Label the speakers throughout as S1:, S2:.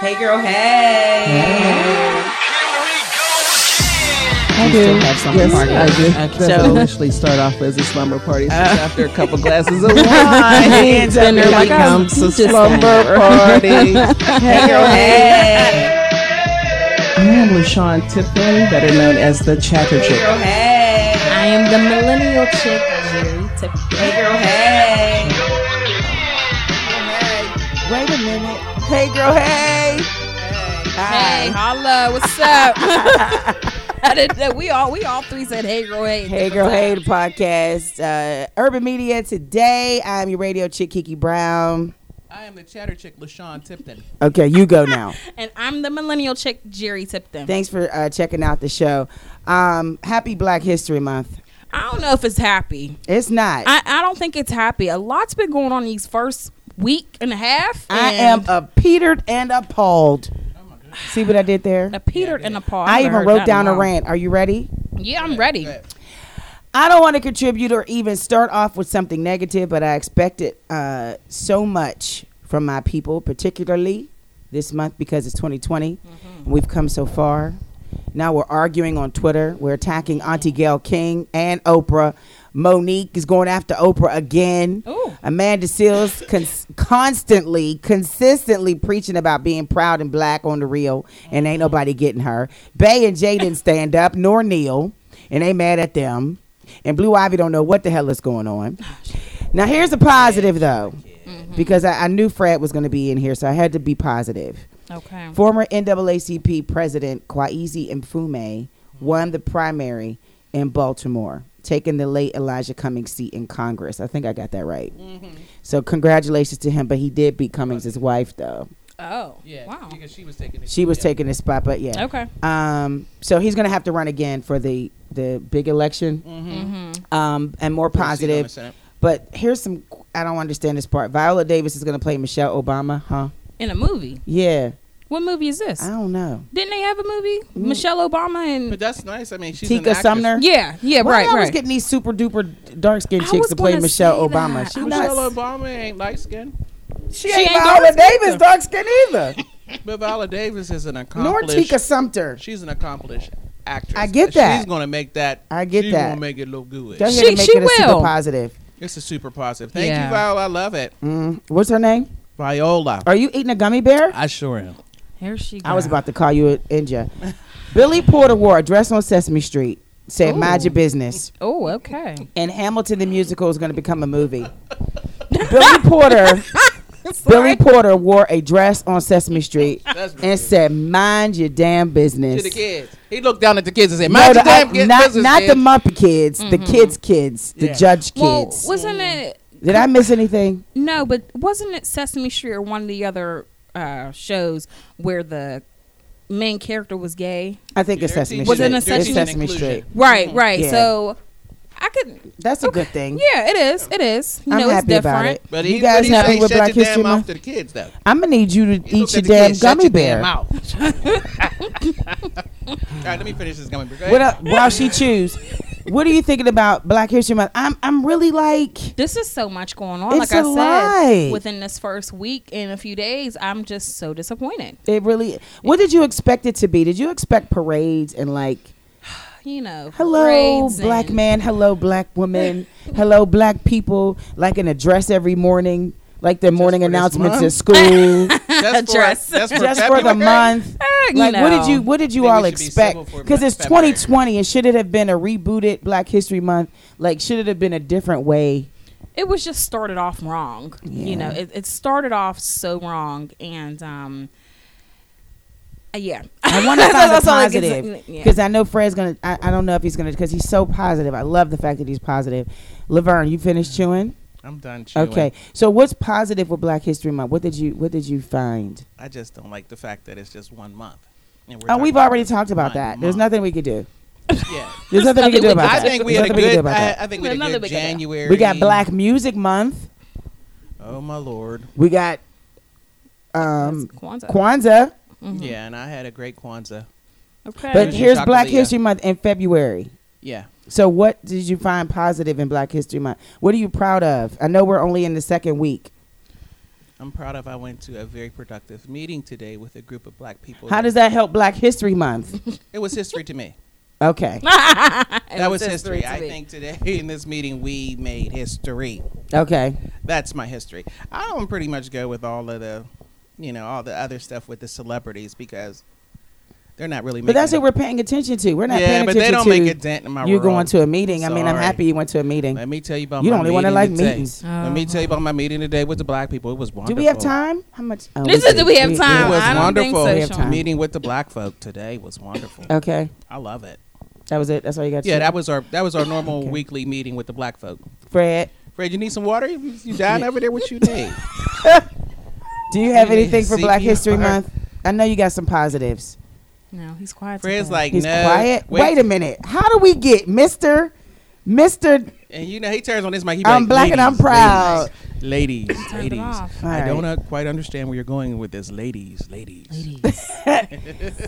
S1: Hey, girl, hey.
S2: I do.
S3: still have slumber
S2: yes,
S3: party.
S2: I do.
S4: Uh,
S3: Okay.
S2: That's
S3: So-
S2: how I initially start off as a slumber party. So after a couple glasses of wine, then
S3: everybody
S2: there
S4: "Oh,
S2: becomes a
S3: comes to
S2: slumber party.
S1: Hey, girl, hey.
S2: I am LaShawn Tiffin, better known as the Chatter
S1: Hey,
S2: Chick.
S1: girl, hey.
S3: I am the millennial chick, Jerry
S1: Hey, girl, hey.
S4: Wait a minute. Hey, girl. Hey.
S5: Hey, holla, what's up? I didn't know. We all we all three said, "Hey, girl, hey."
S4: Hey, girl. Hey, the podcast. Uh, Urban Media today. I'm your radio chick, Kiki Brown.
S2: I am the Chatter Chick, LaShawn Tipton.
S4: Okay, you go now.
S5: And I'm the millennial chick, Jerry Tipton.
S4: Thanks for uh, checking out the show. Um, happy Black History Month.
S5: I don't know if it's happy.
S4: It's not. I,
S5: I, I don't think it's happy. A lot's been going on these first week and a half.
S4: am
S5: and
S4: a petered and appalled. See what I did there?
S5: a petered and a paw.
S4: I even
S5: heard that
S4: wrote
S5: in
S4: down a
S5: while.
S4: rant. Are you ready?
S5: Yeah, I'm ready.
S4: I don't want to contribute or even start off with something negative, but I expected uh, so much from my people, particularly this month because it's 2020. We've come so far. Now we're arguing on Twitter. We're attacking Auntie Gail King and Oprah. Monique is going after Oprah again.
S5: Ooh.
S4: Amanda Seals cons- constantly, consistently preaching about being proud and black on the real, and ain't nobody getting her. Bay and Jay didn't stand up, nor Neil, and they mad at them. And Blue Ivy don't know what the hell is going on. Now here's a positive though, because I, I knew Fred was going to be in here, so I had to be positive.
S5: Okay.
S4: Former NAACP President Kwesi Mfume won the primary in Baltimore, taking the late Elijah Cummings seat in Congress. I think I got that right.
S2: Mm-hmm.
S4: So congratulations to him, but he did beat Cummings' his wife though.
S5: Oh.
S2: Yeah,
S5: Wow.
S2: because she was taking it.
S4: She was taking his spot, but yeah.
S5: Okay.
S4: Um, so he's going to have to run again for the the big election.
S2: Mm-hmm.
S4: Um, and more positive. But here's some I don't understand this part. Viola Davis is going to play Michelle Obama, huh?
S5: In a movie.
S4: Yeah.
S5: What movie is this?
S4: I Mm. don't know.
S5: Didn't they have a movie? Michelle Obama and
S2: But that's nice. I mean, she's an
S4: Tika
S2: actress.
S4: Sumner.
S5: yeah, yeah,
S4: Why
S5: right,
S4: they always
S5: right.
S4: getting these super duper dark skinned
S5: I
S4: chicks
S5: was
S4: to play
S5: gonna
S4: Michelle
S5: say that.
S4: Obama? She,
S5: I'm
S4: nuts.
S2: Michelle Obama ain't light skinned,
S4: she,
S5: ain't
S4: ain't
S5: dark
S4: Viola
S5: skinned
S4: Davis
S5: either.
S4: dark skinned either.
S2: but Viola Davis is an
S4: Nor
S2: accomplished.
S4: Tika Sumter.
S2: She's an accomplished actress.
S4: I get that.
S2: She's gonna make that.
S4: I get
S2: she's
S4: that.
S2: gonna make it look good.
S4: They're here
S5: She-
S4: to make
S5: she
S4: it a super
S5: will.
S4: positive.
S2: it's a super positive. Thank
S5: Yeah.
S2: you, Viola. I love it.
S4: Mm. What's her name?
S2: Viola.
S4: Are you eating a gummy bear?
S2: I sure am.
S5: Here she goes.
S4: I was about to call you an Inja. Billy Porter wore a dress on Sesame Street. Said, "Mind
S5: Ooh.
S4: your business."
S5: Oh, okay.
S4: And Hamilton the musical is going to become a movie. Billy Porter. Billy Porter wore a dress on Sesame Street
S2: That's
S4: and said, "Mind your damn business."
S2: to the kids. He looked down at the kids and said,
S4: No,
S2: "Mind
S4: the-
S2: your damn
S4: uh,
S2: kids,
S4: not,
S2: business,
S4: not the
S2: kids."
S4: Muppet kids, the kids' kids, the
S2: Yeah.
S4: judge kids.
S5: Mm-hmm. Well, wasn't it
S4: Did I miss anything?
S5: No, but wasn't it Sesame Street or one of the other uh, shows where the main character was gay?
S4: I think it's
S2: They're
S4: Sesame
S2: teaching-
S4: Street.
S5: Was it in
S2: they're
S5: a Sesame-
S2: teaching
S4: It's Sesame Street.
S2: inclusion.
S5: Right, right.
S4: Yeah.
S5: So I could.
S4: That's a good thing.
S5: Yeah, it is. It is. You
S4: I'm
S5: know,
S4: happy
S5: it's different.
S4: about it.
S2: But
S4: you
S2: he,
S4: guys
S2: but he said,
S4: happy with
S2: "Shut
S4: Black
S2: your
S4: History
S2: damn mouth
S4: Month?
S2: to the kids, though.
S4: I'm gonna need you to
S2: He
S4: eat
S2: looked
S4: your
S2: at the
S4: damn
S2: kids, "Shut
S4: gummy
S2: your
S4: bear.
S2: damn mouth. All right, let me finish this gummy bear. Go
S4: what
S2: ahead.
S4: up? While she chews, what are you thinking about Black History Month? I'm I'm really like
S5: This is so much going on.
S4: It's
S5: like I
S4: a
S5: said,
S4: lot.
S5: within this first week and a few days, I'm just so disappointed.
S4: it really. What did you expect it to be? Did you expect parades and like
S5: You know,
S4: hello
S5: parades
S4: black
S5: and-
S4: man, hello black woman, hello black people, like an address every morning, like their morning
S2: for this
S4: announcements
S2: month?
S4: at school,
S2: That's for,
S5: Dress.
S2: that's for,
S4: just for the
S2: February.
S4: month.
S5: Uh, you
S4: Like what did
S5: know.
S4: you what did you
S2: Maybe
S4: all
S2: we should be
S4: expect?
S2: civil for
S4: Because
S2: Black
S4: it's
S2: February.
S4: 2020 and should it have been a rebooted Black History Month? Like should it have been a different way?
S5: it was just started off wrong.
S4: Yeah.
S5: You know, it, it started off so wrong, and um, uh, yeah,
S4: I want to find a
S5: That's all I can say.
S4: positive
S5: Yeah.
S4: because I know Fred's gonna. I, I don't know if he's gonna because he's so positive. I love the fact that he's positive. Laverne, you finished chewing?
S2: I'm done chewing.
S4: Okay. So what's positive with Black History Month? What did you What did you find?
S2: I just don't like the fact that it's just one month. And we're
S4: Oh,
S2: talking
S4: we've
S2: about
S4: already
S2: this
S4: talked about
S2: one
S4: that. There's
S2: month.
S4: nothing we could do.
S2: Yeah.
S4: There's nothing we could do about
S2: I
S4: that.
S2: think we
S4: There's
S2: had a
S4: nothing could do
S2: good.
S4: about
S2: I,
S4: that.
S2: I think we had
S5: Nothing
S2: a
S5: we
S2: good
S5: could do.
S2: January.
S4: We got Black Music Month.
S2: Oh my lord.
S4: We got um
S5: That's Kwanzaa.
S4: Kwanzaa,
S2: Yeah, and I had a great Kwanzaa.
S5: okay.
S4: but
S2: There's your
S4: here's Black
S2: Chocolate, yeah.
S4: History Month in February.
S2: Yeah.
S4: So what did you find positive in Black History Month? What are you proud of? I know we're only in the second week.
S2: I'm proud of. I went to a very productive meeting today with a group of black people.
S4: How does that help Black History Month?
S2: it was history to me?
S4: Okay.
S2: that was history.
S5: to
S2: I
S5: me.
S2: think today in this meeting we made history.
S4: Okay.
S2: That's my history. I don't pretty much go with all of the, you know, all the other stuff with the celebrities because they're not really.
S4: But that's
S2: making
S4: what we're paying attention to. We're not
S2: yeah,
S4: paying
S2: but
S4: attention
S2: they don't
S4: to
S2: make a dent in my
S4: you
S2: world.
S4: going to a meeting. I mean, I'm
S2: Sorry.
S4: happy you went to a meeting.
S2: Let me tell you about
S4: You
S2: my
S4: don't want to
S2: meeting
S4: like
S2: today.
S4: meetings.
S2: Let me tell you about my meeting today with the black people. It was
S4: Do
S2: wonderful.
S4: we have time? How much? oh,
S5: This is
S4: do.
S5: do we have
S2: It
S5: time?
S2: was
S5: I don't think
S2: wonderful.
S5: so,
S4: We have
S5: Sean.
S4: time.
S2: Meeting with the black folk today was wonderful.
S4: Okay,
S2: I love it.
S4: that was it. That's all you got.
S2: Yeah,
S4: to
S2: that was our that was our normal
S4: Okay.
S2: weekly meeting with the black folk.
S4: Fred.
S2: Fred, you need some water? You, you dying over there? What you need?
S4: Do you have
S2: You need
S4: anything for Black
S2: CPR.
S4: History Month? I know you got some positives.
S5: No, he's quiet.
S2: Fred's
S5: today.
S2: like,
S4: He's
S2: no.
S4: quiet. Wait. a minute. How do we get Mister, Mister?
S2: And you know he turns on his mic. He be
S4: I'm
S2: like,
S4: black and I'm
S2: "Ladies,
S4: proud."
S2: Ladies, ladies,
S5: turned it
S2: ladies.
S5: off.
S4: All
S2: I don't uh, quite understand where you're going with this, ladies, ladies.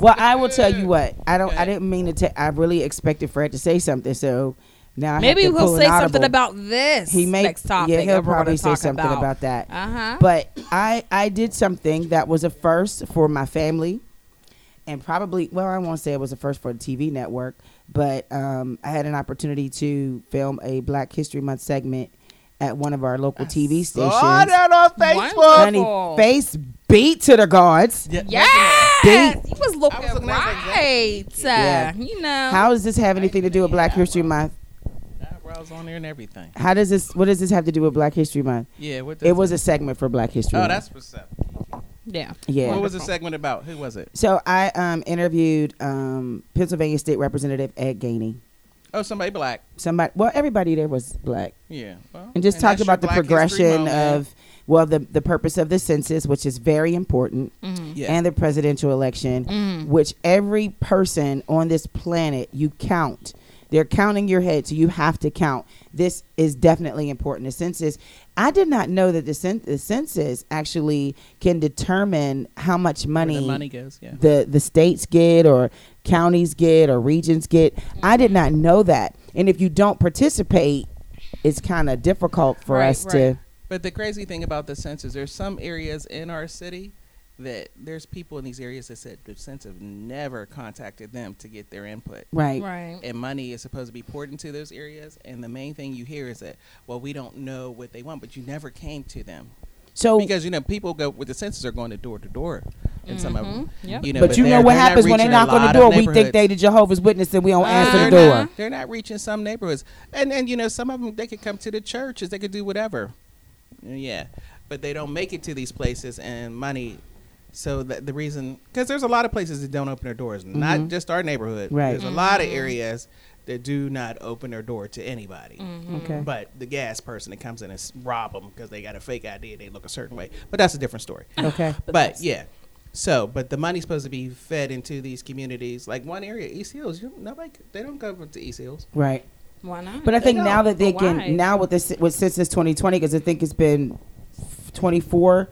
S4: Well, I will tell you what. I don't. I didn't mean to. ta- I really expected Fred to say something. So now I
S5: maybe
S4: have to
S5: he'll
S4: pull an
S5: say something
S4: audible.
S5: about this.
S4: He may.
S5: next topic.
S4: yeah, he'll
S5: that we're gonna
S4: probably say
S5: talk
S4: something about, that.
S5: Uh huh.
S4: But I I did something that was a first for my family, and probably well I won't say it was a first for the TV network, but um, I had an opportunity to film a Black History Month segment at one of our local TV stations.
S2: Saw that on Facebook.
S4: Honey,
S5: Wonderful.
S4: face beat to the gods.
S2: Yeah,
S5: Yes, he was looking
S2: I was looking at that
S5: right.
S4: Yeah.
S5: Uh, You know,
S4: How does this have anything to do with Black History Month?
S2: Eyebrows on there and everything.
S4: How does this? What does this have to do with Black History Month?
S2: Yeah, what the
S4: It was a segment for Black History.
S2: Oh,
S4: Month.
S2: that's what's up.
S5: yeah.
S4: yeah.
S2: What was the segment about? Who was it?
S4: So I um, interviewed um, Pennsylvania State Representative Ed Gainey.
S2: Oh, somebody black.
S4: Somebody, well, everybody there was black,
S2: Yeah. Well,
S4: and just
S2: that's
S4: talked
S2: your
S4: about the
S2: Black History
S4: progression
S2: Moment.
S4: of well, the the purpose of the census, which is very important,
S2: Yeah.
S4: and the presidential election,
S2: Mm-hmm.
S4: which every person on this planet you count. They're counting your head, so you have to count. This is definitely important. The census. I did not know that the, cen- the census actually can determine how much
S2: Where
S4: money
S2: the money goes. Yeah.
S4: the the states get or counties get or regions get. I did not know that. And if you don't participate, it's kind of difficult for
S5: Right,
S4: us
S5: right.
S4: to.
S2: But the crazy thing about the census, there's some areas in our city that there's people in these areas that said the census never contacted them to get their input.
S4: Right.
S5: Right.
S2: And money is supposed to be poured into those areas. And the main thing you hear is that, well, we don't know what they want, but you never came to them.
S4: So,
S2: Because, you know, people go with the census are going to door to door. And some of them,
S5: Yep.
S2: you know,
S4: Mm-hmm. but you know
S2: they're-
S4: what
S2: they're not
S4: happens when they
S2: reaching a
S4: knock on the
S2: lot of
S4: door? We think they
S2: neighborhoods.
S4: the Jehovah's Witness and we don't answer the
S5: Uh-huh.
S4: door.
S2: Uh, Ah, They're not reaching some neighborhoods, and and you know some of them they could come to the churches, they could do whatever, yeah, but they don't make it to these places and money. So that the reason, because there's a lot of places that don't open their doors, not just our neighborhood.
S4: Mm-hmm. Right.
S2: There's a lot of areas that do not open their door to anybody.
S4: Okay.
S2: But the gas person that comes in and s- rob them because they got a fake idea, they look a certain way. But that's a different story.
S4: Okay.
S2: But yeah. So, but the money's supposed to be fed into these communities. Like one area, East Hills, you, nobody, they don't go to East Hills.
S4: Right.
S5: Why not?
S4: But I think
S2: They
S4: now that they
S5: But why?
S4: can now with this with census 2020 because I think it's been 24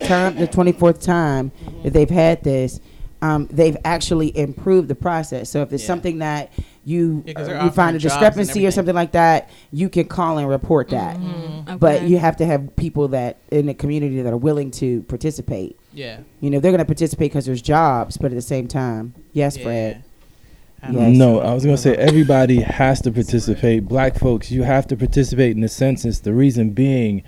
S4: term the 24th time that they've had this. Um, they've actually improved the process. So if it's
S2: Yeah.
S4: something that you
S2: Yeah, 'cause they're
S4: you
S2: offering
S4: find a
S2: jobs and
S4: discrepancy or
S2: everything.
S4: something like that, you can call and report that.
S5: Mm-hmm.
S2: Mm-hmm.
S4: But you have to have people that in the community that are willing to participate.
S2: Yeah.
S4: You know, they're going to participate because there's jobs, but at the same time, yes,
S2: yeah.
S4: Fred.
S2: I don't-
S4: Yes.
S6: No, I was gonna say everybody has to participate. Black folks, you have to participate in the census. The reason being,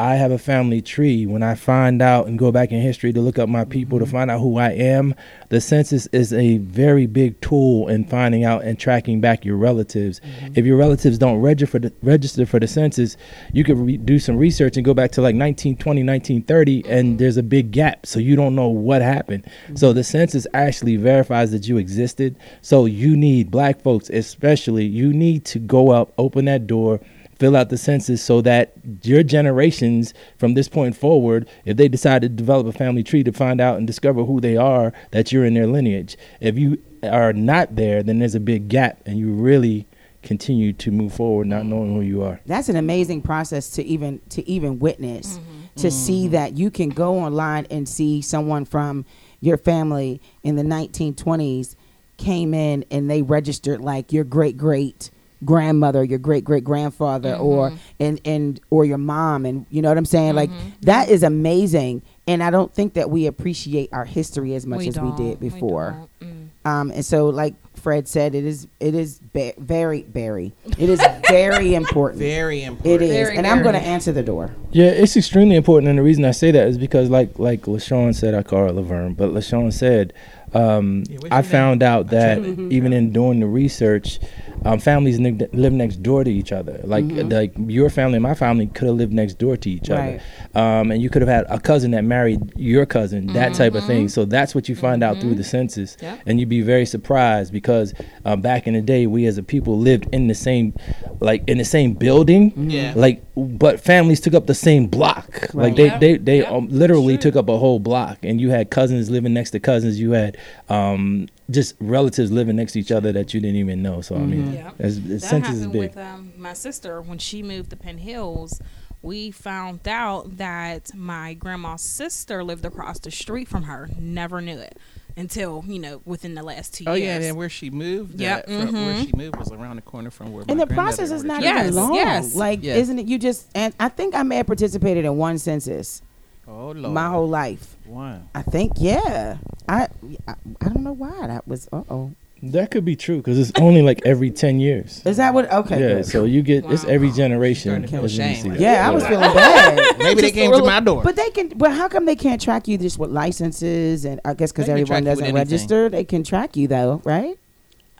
S6: I have a family tree. When I find out and go back in history to look up my people to find out who I am, the census is a very big tool in finding out and tracking back your relatives. If your relatives don't register for the, register for the census, you could re- do some research and go back to like 1920, 1930, and there's a big gap. So you don't know what happened. So the census actually verifies that you existed. So you need black folks, especially, you need to go out, open that door, fill out the census so that your generations from this point forward, if they decide to develop a family tree to find out and discover who they are, that you're in their lineage. If you are not there, then there's a big gap and you really continue to move forward not knowing who you are.
S4: that's an amazing process to even to even witness to see that you can go online and see someone from your family in the 1920s came in and they registered like your great great grandmother, your great great grandfather, or and and or your mom, and you know what I'm saying. Like that is amazing, and I don't think that we appreciate our history as much as we did
S5: don't.
S4: before.
S5: don't. Mm.
S4: Um, and so, like Fred said, it is it is ba- very very it is very important.
S2: Very
S4: It
S2: important.
S4: is,
S5: Very,
S4: and I'm
S5: very.
S4: going to answer the door.
S6: Yeah, it's extremely important, and the reason I say that is because, like, like LaShawn said, I call her Laverne, but LaShawn said, um,
S2: Yeah, what's
S6: I
S2: your name? Mm-hmm.
S6: found out that even in doing the research, um, families ne- live next door to each other. Like,
S2: Mm-hmm.
S6: like your family and my family could have lived next door to each
S4: Right.
S6: other, um, and you could have had a cousin that married your cousin, that type of
S2: Mm-hmm.
S6: thing. So that's what you find out through the census,
S5: Yep.
S6: and you'd be very surprised because uh, back in the day, we as a people lived in the same, like, in the same building
S2: Yeah.
S6: like but families took up the same block like they
S5: Yeah.
S6: they, they
S5: Yeah.
S6: um, literally took up a whole block and you had cousins living next to cousins you had um just relatives living next to each other that you didn't even know so i mean
S5: Yeah.
S6: it's, the
S5: that
S6: census is
S5: happened
S6: big
S5: with um, my sister when she moved to Penn Hills. We found out that my grandma's sister lived across the street from her. Never knew it until you know within the last two
S2: Oh yeah,
S5: years.
S2: and then where she moved,
S5: Yep,
S2: uh, from where
S5: mhm.
S2: she moved was around the corner from where.
S4: And
S2: my
S4: the process is
S2: grandmother ordered
S4: not
S2: chicken.
S5: Yes,
S4: even long.
S5: yes.
S4: Like,
S2: Yeah.
S4: isn't it? You just and I think I may have participated in one census
S2: Oh lord,
S4: my whole life.
S2: Wow.
S4: I think, yeah. I I, I don't know why that was. Uh oh.
S6: that could be true because it's only like every 10 years
S4: Is that what? Okay.
S6: yeah
S4: good.
S6: so you get it's
S5: Wow.
S6: every generation
S2: Starting to feel
S6: as you
S2: shame,
S6: see
S2: like-
S6: that.
S4: yeah, I was feeling bad.
S2: Maybe they came to my door.
S4: But they can. Well, how come they can't track you just with licenses and I guess because
S2: They can track
S4: everyone
S2: you with
S4: doesn't
S2: anything.
S4: register, they can track you though, right?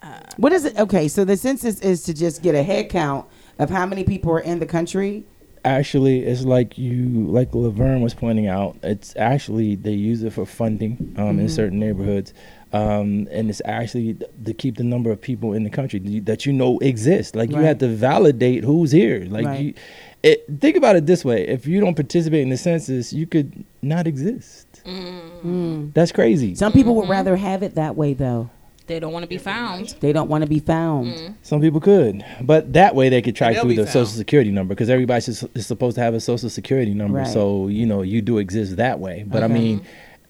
S5: Uh,
S4: What is it? Okay, so the census is to just get a head count of how many people are in the country.
S6: actually it's like you like laverne was pointing out it's actually they use it for funding um,
S4: Mm-hmm.
S6: in certain neighborhoods um, and it's actually th- to keep the number of people in the country th- that you know exist like you
S4: Right.
S6: have to validate who's here like
S4: Right.
S6: you it, think about it this way if you don't participate in the census you could not exist that's crazy
S4: Mm. Some people would rather have it that way though.
S5: they don't want to be found.
S4: They don't want to be found.
S6: Some people could, but that way they could track
S2: they'll
S6: through
S2: be
S6: the
S2: found.
S6: social security number because everybody's just, is supposed to have a social security number.
S4: Right.
S6: So you know you do exist that way. But I
S4: Okay.
S6: mean,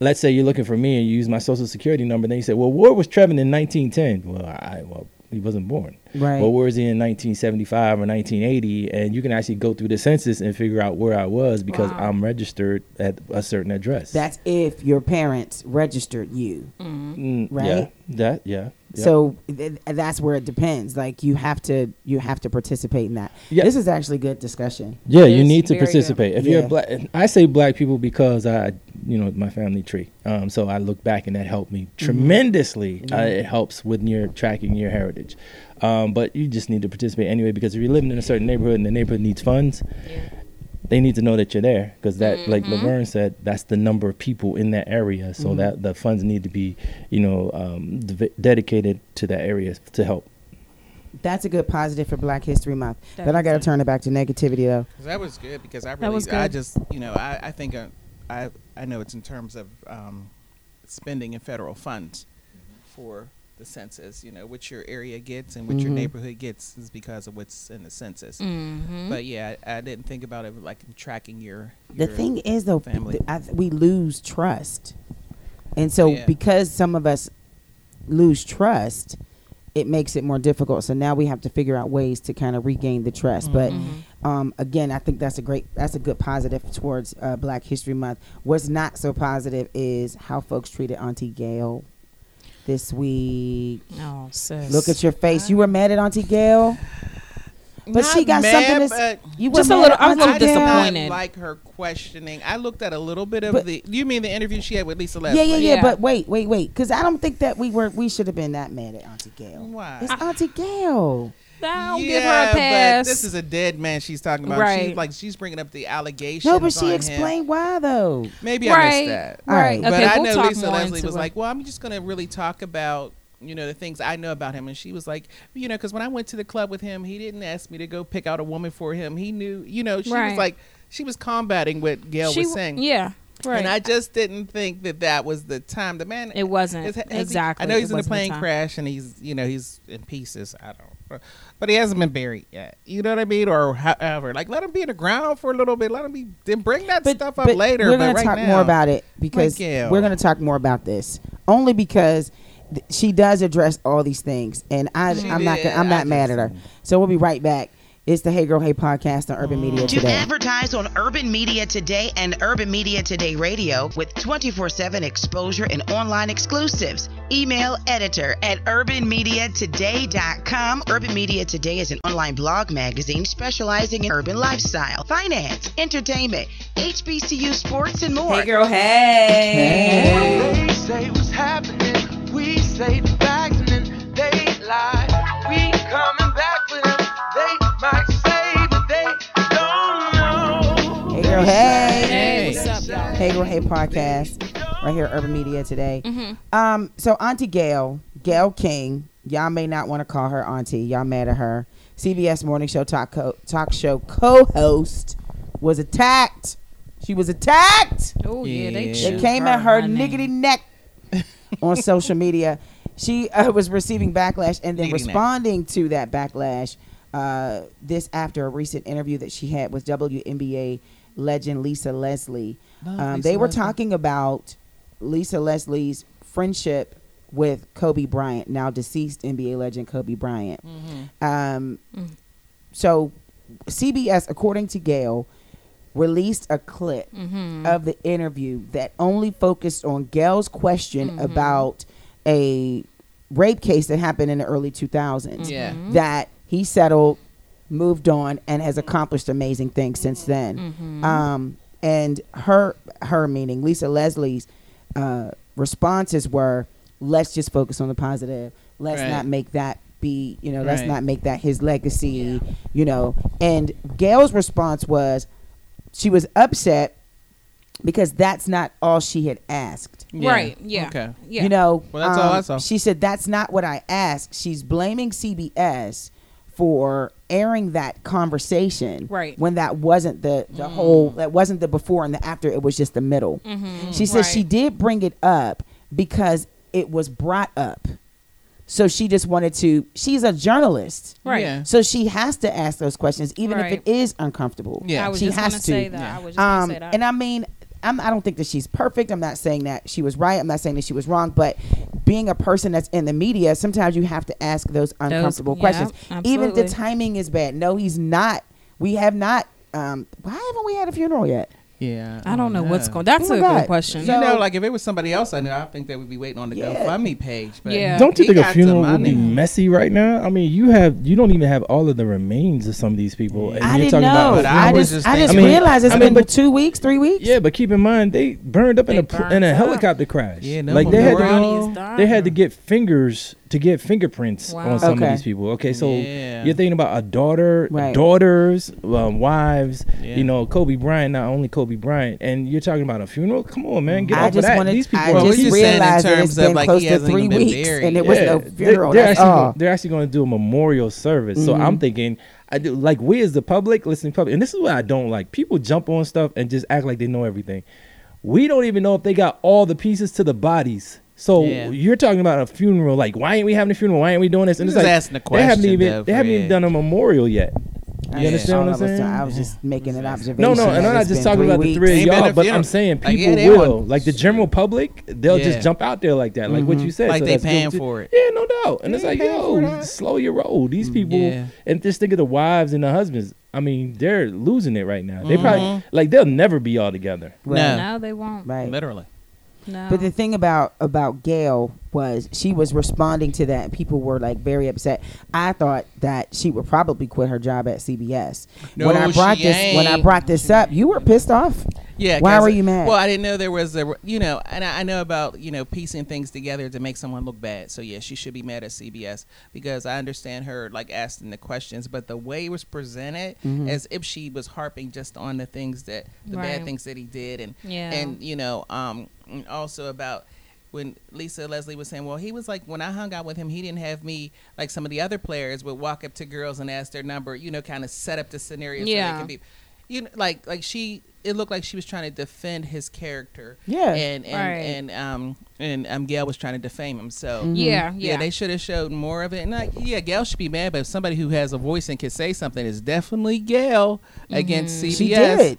S6: let's say you're looking for me and you use my social security number. Then you say, "Well, where was Trevin in 1910?" Well, I well he wasn't born.
S4: Right.
S6: Well, where was he in 1975 or 1980? And you can actually go through the census and figure out where I was because
S5: Wow.
S6: I'm registered at a certain address.
S4: That's if your parents registered you.
S6: Mm, Yeah.
S4: right.
S6: That yeah. yeah.
S4: So th- that's where it depends. Like you have to you have to participate in that.
S6: Yeah.
S4: This is actually good discussion.
S6: Yeah,
S5: It
S6: you
S5: is
S6: need to
S5: very good.
S6: participate. If you're
S4: Yeah.
S6: black, I say black people because I, you know, my family tree. Um, so I look back and that helped me tremendously. Uh, it helps when you're tracking your heritage. Um, but you just need to participate anyway because if you're living in a certain neighborhood and the neighborhood needs funds, they need to know that you're there because that,
S5: Mm-hmm.
S6: like Laverne said, that's the number of people in that area. So that the funds need to be, you know, um, dev- dedicated to that area to help.
S4: That's a good positive for Black History Month. But I got to turn it back to negativity though.
S2: 'Cause That was good because I really,
S5: was
S2: I
S5: good.
S2: just, you know, I, I think uh, I, I know it's in terms of um, spending in federal funds for the census. You know, what your area gets and what your
S4: Mhm.
S2: neighborhood gets is because of what's in the census.
S5: Mm-hmm.
S2: But yeah, I, I didn't think about it like tracking your.
S4: The
S2: your-
S4: thing is though, p-
S2: family.
S4: th- I, th- we lose trust, and so
S2: Yeah.
S4: because some of us lose trust, it makes it more difficult. So now we have to figure out ways to kind of regain the trust.
S5: Mm-hmm.
S4: But um, again, I think that's a great, that's a good positive towards uh, Black History Month. What's not so positive is how folks treated Auntie Gail this week.
S5: oh, sis.
S4: Look at your face. You were mad at Auntie Gail, but she
S2: Not
S4: got
S2: mad,
S4: something. to s-
S2: but-
S4: you
S5: Just
S4: were
S5: a
S4: mad
S5: little-
S4: at
S5: I was a
S2: I
S5: little
S4: Auntie
S2: did
S4: Gail?
S2: not
S5: disappointed.
S2: like her questioning. I looked at a little bit of
S4: But-
S2: the. You mean the interview she had with Lisa
S4: yeah,
S2: Leslie?
S4: yeah, yeah,
S5: Yeah.
S4: But wait, wait, wait. Because I don't think that we were. We should have been that mad at Auntie Gail.
S2: Why?
S4: It's Auntie Gail.
S5: I'll give her a pass.
S2: But this is a dead man she's talking about. She's
S5: Right.
S2: like she's bringing up the allegations.
S4: No, but she
S2: on him.
S4: explained why though.
S2: Maybe I
S5: right,
S2: missed that.
S5: right.
S4: Alright.
S5: Okay,
S2: but I
S5: we'll
S2: know
S5: talk
S2: Lisa
S5: more
S2: Leslie
S5: into
S2: was
S5: it.
S2: like, "Well, I'm just going to really talk about." You know the things I know about him, and she was like, you know, because when I went to the club with him, he didn't ask me to go pick out a woman for him. He knew, you know, she was
S5: Right.
S2: like, she was combating what Gail
S5: she
S2: was
S5: w-
S2: saying.
S5: Yeah, right.
S2: And I just didn't think that that was the time. The man,
S5: It wasn't.
S2: has- has he-
S5: Exactly.
S2: I know
S5: It
S2: he's in a
S5: wasn't the
S2: plane
S5: time.
S2: crash and he's, you know, he's in pieces. I don't, but he hasn't been buried yet. You know what I mean? Or however, like let him be in the ground for a little bit. Let him be. Then bring that stuff up later.
S4: We're
S2: but
S4: gonna
S2: right
S4: talk
S2: now,
S4: more about it because
S2: Gail.
S4: we're going to talk more about this only because th- she does address all these things, and I,
S2: She
S4: I'm not,
S2: did.
S4: gonna, I'm
S2: I
S4: not mad at her. So we'll be right back. It's the Hey Girl Hey podcast on Urban Media
S7: To
S4: today.
S7: advertise on Urban Media Today and Urban Media Today Radio with 24 7 exposure and online exclusives. Email editor at urbanmediatoday.com. Urban Media Today is an online blog magazine specializing in urban lifestyle, finance, entertainment, HBCU sports, and more.
S1: Hey girl, hey.
S8: They say what's happening. We say the facts and then they lie. We coming back with them. They might say, but they don't know.
S4: Hey Girl Hey,
S5: Hey, what's up, y'all?
S4: Hey Girl Hey podcast, right here at Urban Media today.
S5: Mm-hmm.
S4: Um, so Auntie Gail, Gail King, y'all may not want to call her Auntie. Y'all mad at her. CBS Morning Show talk co- talk show co-host was attacked. She was attacked.
S5: Oh yeah, they,
S2: Yeah.
S4: They
S5: choose
S4: came at her niggity
S5: name.
S4: neck on social media. She uh, was receiving backlash and then
S2: Niggity neck.
S4: responding to that backlash. Uh, this after a recent interview that she had with WNBA legend Lisa Leslie.
S2: Love
S4: Um,
S2: Lisa
S4: they were
S2: Leslie.
S4: talking about Lisa Leslie's friendship with Kobe Bryant, now deceased NBA legend Kobe Bryant.
S2: Mm-hmm.
S4: Um,
S5: Mm.
S4: So, CBS, according to Gail, released a clip
S2: Mm-hmm.
S5: Mhm.
S4: of the interview that only focused on Gail's question
S2: Mm-hmm.
S4: about a rape case that happened in the early 2000s
S2: Yeah. Mm-hmm.
S4: that he settled, moved on, and has accomplished amazing things since then.
S2: Mm-hmm.
S4: Um, and her, her meaning Lisa Leslie's uh, responses were, "Let's just focus on the positive. Let's
S2: Right.
S4: not make that be, you know, let's
S2: Right.
S4: not make that his legacy, you know." And Gail's response was, she was upset because that's not all she had asked.
S2: Yeah.
S5: Right. Yeah.
S2: Okay.
S5: Yeah.
S4: You know, um,
S2: Well, that's all I saw.
S4: She said that's not what I asked. She's blaming CBS for airing that conversation
S5: Right. Mm.
S4: when that wasn't the the whole that wasn't the before and the after it was just the middle she says she
S5: Mm-hmm. Right.
S4: did bring it up because it was brought up so she just wanted to she's a journalist
S5: Right.
S2: Yeah.
S4: so she has to ask those questions even if
S5: Right.
S4: it is uncomfortable
S2: Yeah.
S5: I was
S4: she
S5: just
S4: has
S5: gonna
S4: to
S5: say that.
S2: Yeah.
S5: I was just gonna
S4: um,
S5: say that.
S4: and I mean, I'm, I don't think that she's perfect. I'm not saying that she was right. I'm not saying that she was wrong. But being a person that's in the media, sometimes you have to ask those uncomfortable
S5: yeah,
S4: questions. Even if the
S5: absolutely.
S4: timing is bad. No, he's not. We have not. Um, why haven't we had a funeral yet?
S2: Yeah.
S5: I don't know what's going. That's
S4: Oh my
S5: a
S4: God.
S5: good question.
S4: So-
S2: you know, like if it was somebody else I knew, I think they would be waiting on the
S4: Yeah.
S2: GoFundMe page. But
S5: Yeah.
S6: Don't you
S2: he
S6: think
S2: got
S6: a
S2: the
S6: funeral would
S2: money.
S6: be messy right now? I mean, you have you don't even have all of the remains of some of these people. And
S4: I
S6: you're
S4: didn't
S6: talking
S4: know.
S6: About,
S2: But
S4: I,
S2: I was
S4: just,
S2: just
S4: I just
S6: thinking- I mean-
S4: realized it's
S6: I mean,
S4: been
S6: but-
S4: two weeks, three weeks.
S6: yeah, but keep in mind they burned up in
S5: They
S6: a pl- in
S5: burned
S6: a
S5: up.
S6: helicopter crash.
S2: Yeah, no
S6: like they had,
S2: memorial.
S6: to,
S5: Ronnie is
S6: they had
S5: dying.
S6: to get fingers to get fingerprints
S5: Wow.
S6: on some
S4: Okay.
S6: of these people. Okay, so
S2: Yeah.
S6: you're thinking about a daughter,
S4: Right.
S6: daughters, um, wives.
S2: Yeah.
S6: You know, Kobe Bryant, not only Kobe Bryant, and you're talking about a funeral. Come on, man, get
S4: Mm. I
S6: over
S4: just
S6: that.
S4: wanted.
S6: these people
S4: I
S6: are
S2: Well, we
S4: just
S2: just saying in
S4: realized that it's
S2: terms of,
S4: been
S2: like,
S4: close
S2: he
S4: to
S2: hasn't
S4: three
S2: even been
S4: weeks,
S2: buried
S4: and it
S2: yet.
S4: was
S6: Yeah,
S4: no
S6: they-
S4: funeral.
S6: They're,
S4: That's
S6: actually,
S4: all. Mm-hmm.
S6: gonna, they're actually going to do a memorial service. So I'm thinking, I do like we as the public, listening public, and this is what I don't like. People jump on stuff and just act like they know everything. We don't even know if they got all the pieces to the bodies. So
S2: Yeah.
S6: you're talking about a funeral, like why ain't we having a funeral? Why ain't we doing this? And
S2: Who's
S6: it's like
S2: asking the
S6: they haven't
S2: question,
S6: even
S2: though,
S6: they haven't even
S2: Fred?
S6: done a memorial yet. You
S2: Yeah.
S6: understand what
S4: All
S6: I'm
S4: of us-
S6: saying?
S4: I was just making an observation.
S6: No, no,
S4: that
S6: and I'm not
S4: it's been
S6: just talking
S4: three
S6: about the
S4: weeks.
S6: three of
S2: Ain't been
S6: y'all,
S2: a
S6: but
S2: funeral.
S6: I'm saying
S2: Like,
S6: people
S2: yeah, they
S6: will.
S2: want-
S6: Like the general public, they'll just
S2: Yeah. Mm-hmm.
S6: jump out there like that, like what you said.
S2: Like
S6: so
S2: they
S6: that's good
S2: paying
S6: too.
S2: for it.
S6: Yeah, no doubt. And it's like,
S2: paying for
S6: yo,
S2: that. Mm,
S6: slow your roll. These people,
S2: Yeah.
S6: and just think of the wives and the husbands. I mean, they're losing it right now. They probably
S2: Mm-hmm.
S6: like they'll never be all together.
S2: No.
S5: no, they won't.
S4: Right.
S2: Literally.
S5: No.
S4: But the thing about about Gail was she was responding to that. and People were like very upset. I thought that she would probably quit her job at CBS. when
S2: No,
S4: I brought
S2: she
S4: this when I
S2: ain't.
S4: brought this up, you were pissed off.
S2: Yeah.
S4: Why
S2: 'cause-
S4: were you mad?
S2: Well, I didn't know there was a, you know, and I, I know about, you know, piecing things together to make someone look bad. So, yeah, she should be mad at CBS because I understand her, like, asking the questions, but the way it was presented
S4: Mm-hmm.
S2: as if she was harping just on the things that, the
S5: Right.
S2: bad things that he did. And,
S5: Yeah.
S2: and you know, um, and also about, when Lisa Leslie was saying, well, he was like, when I hung out with him, he didn't have me, like some of the other players would walk up to girls and ask their number, you know, kind of set up the scenario so
S5: Yeah.
S2: they could be you know, like like she it looked like she was trying to defend his character.
S4: Yeah.
S2: And and
S5: Right.
S2: and um and um Gail was trying to defame him. So
S4: Mm-hmm.
S5: yeah, yeah,
S2: yeah, they should have showed more of it. And like, yeah, Gail should be mad, but if somebody
S5: Mm-hmm.
S2: who has a voice and can say something is definitely Gail against CBS.
S4: She did.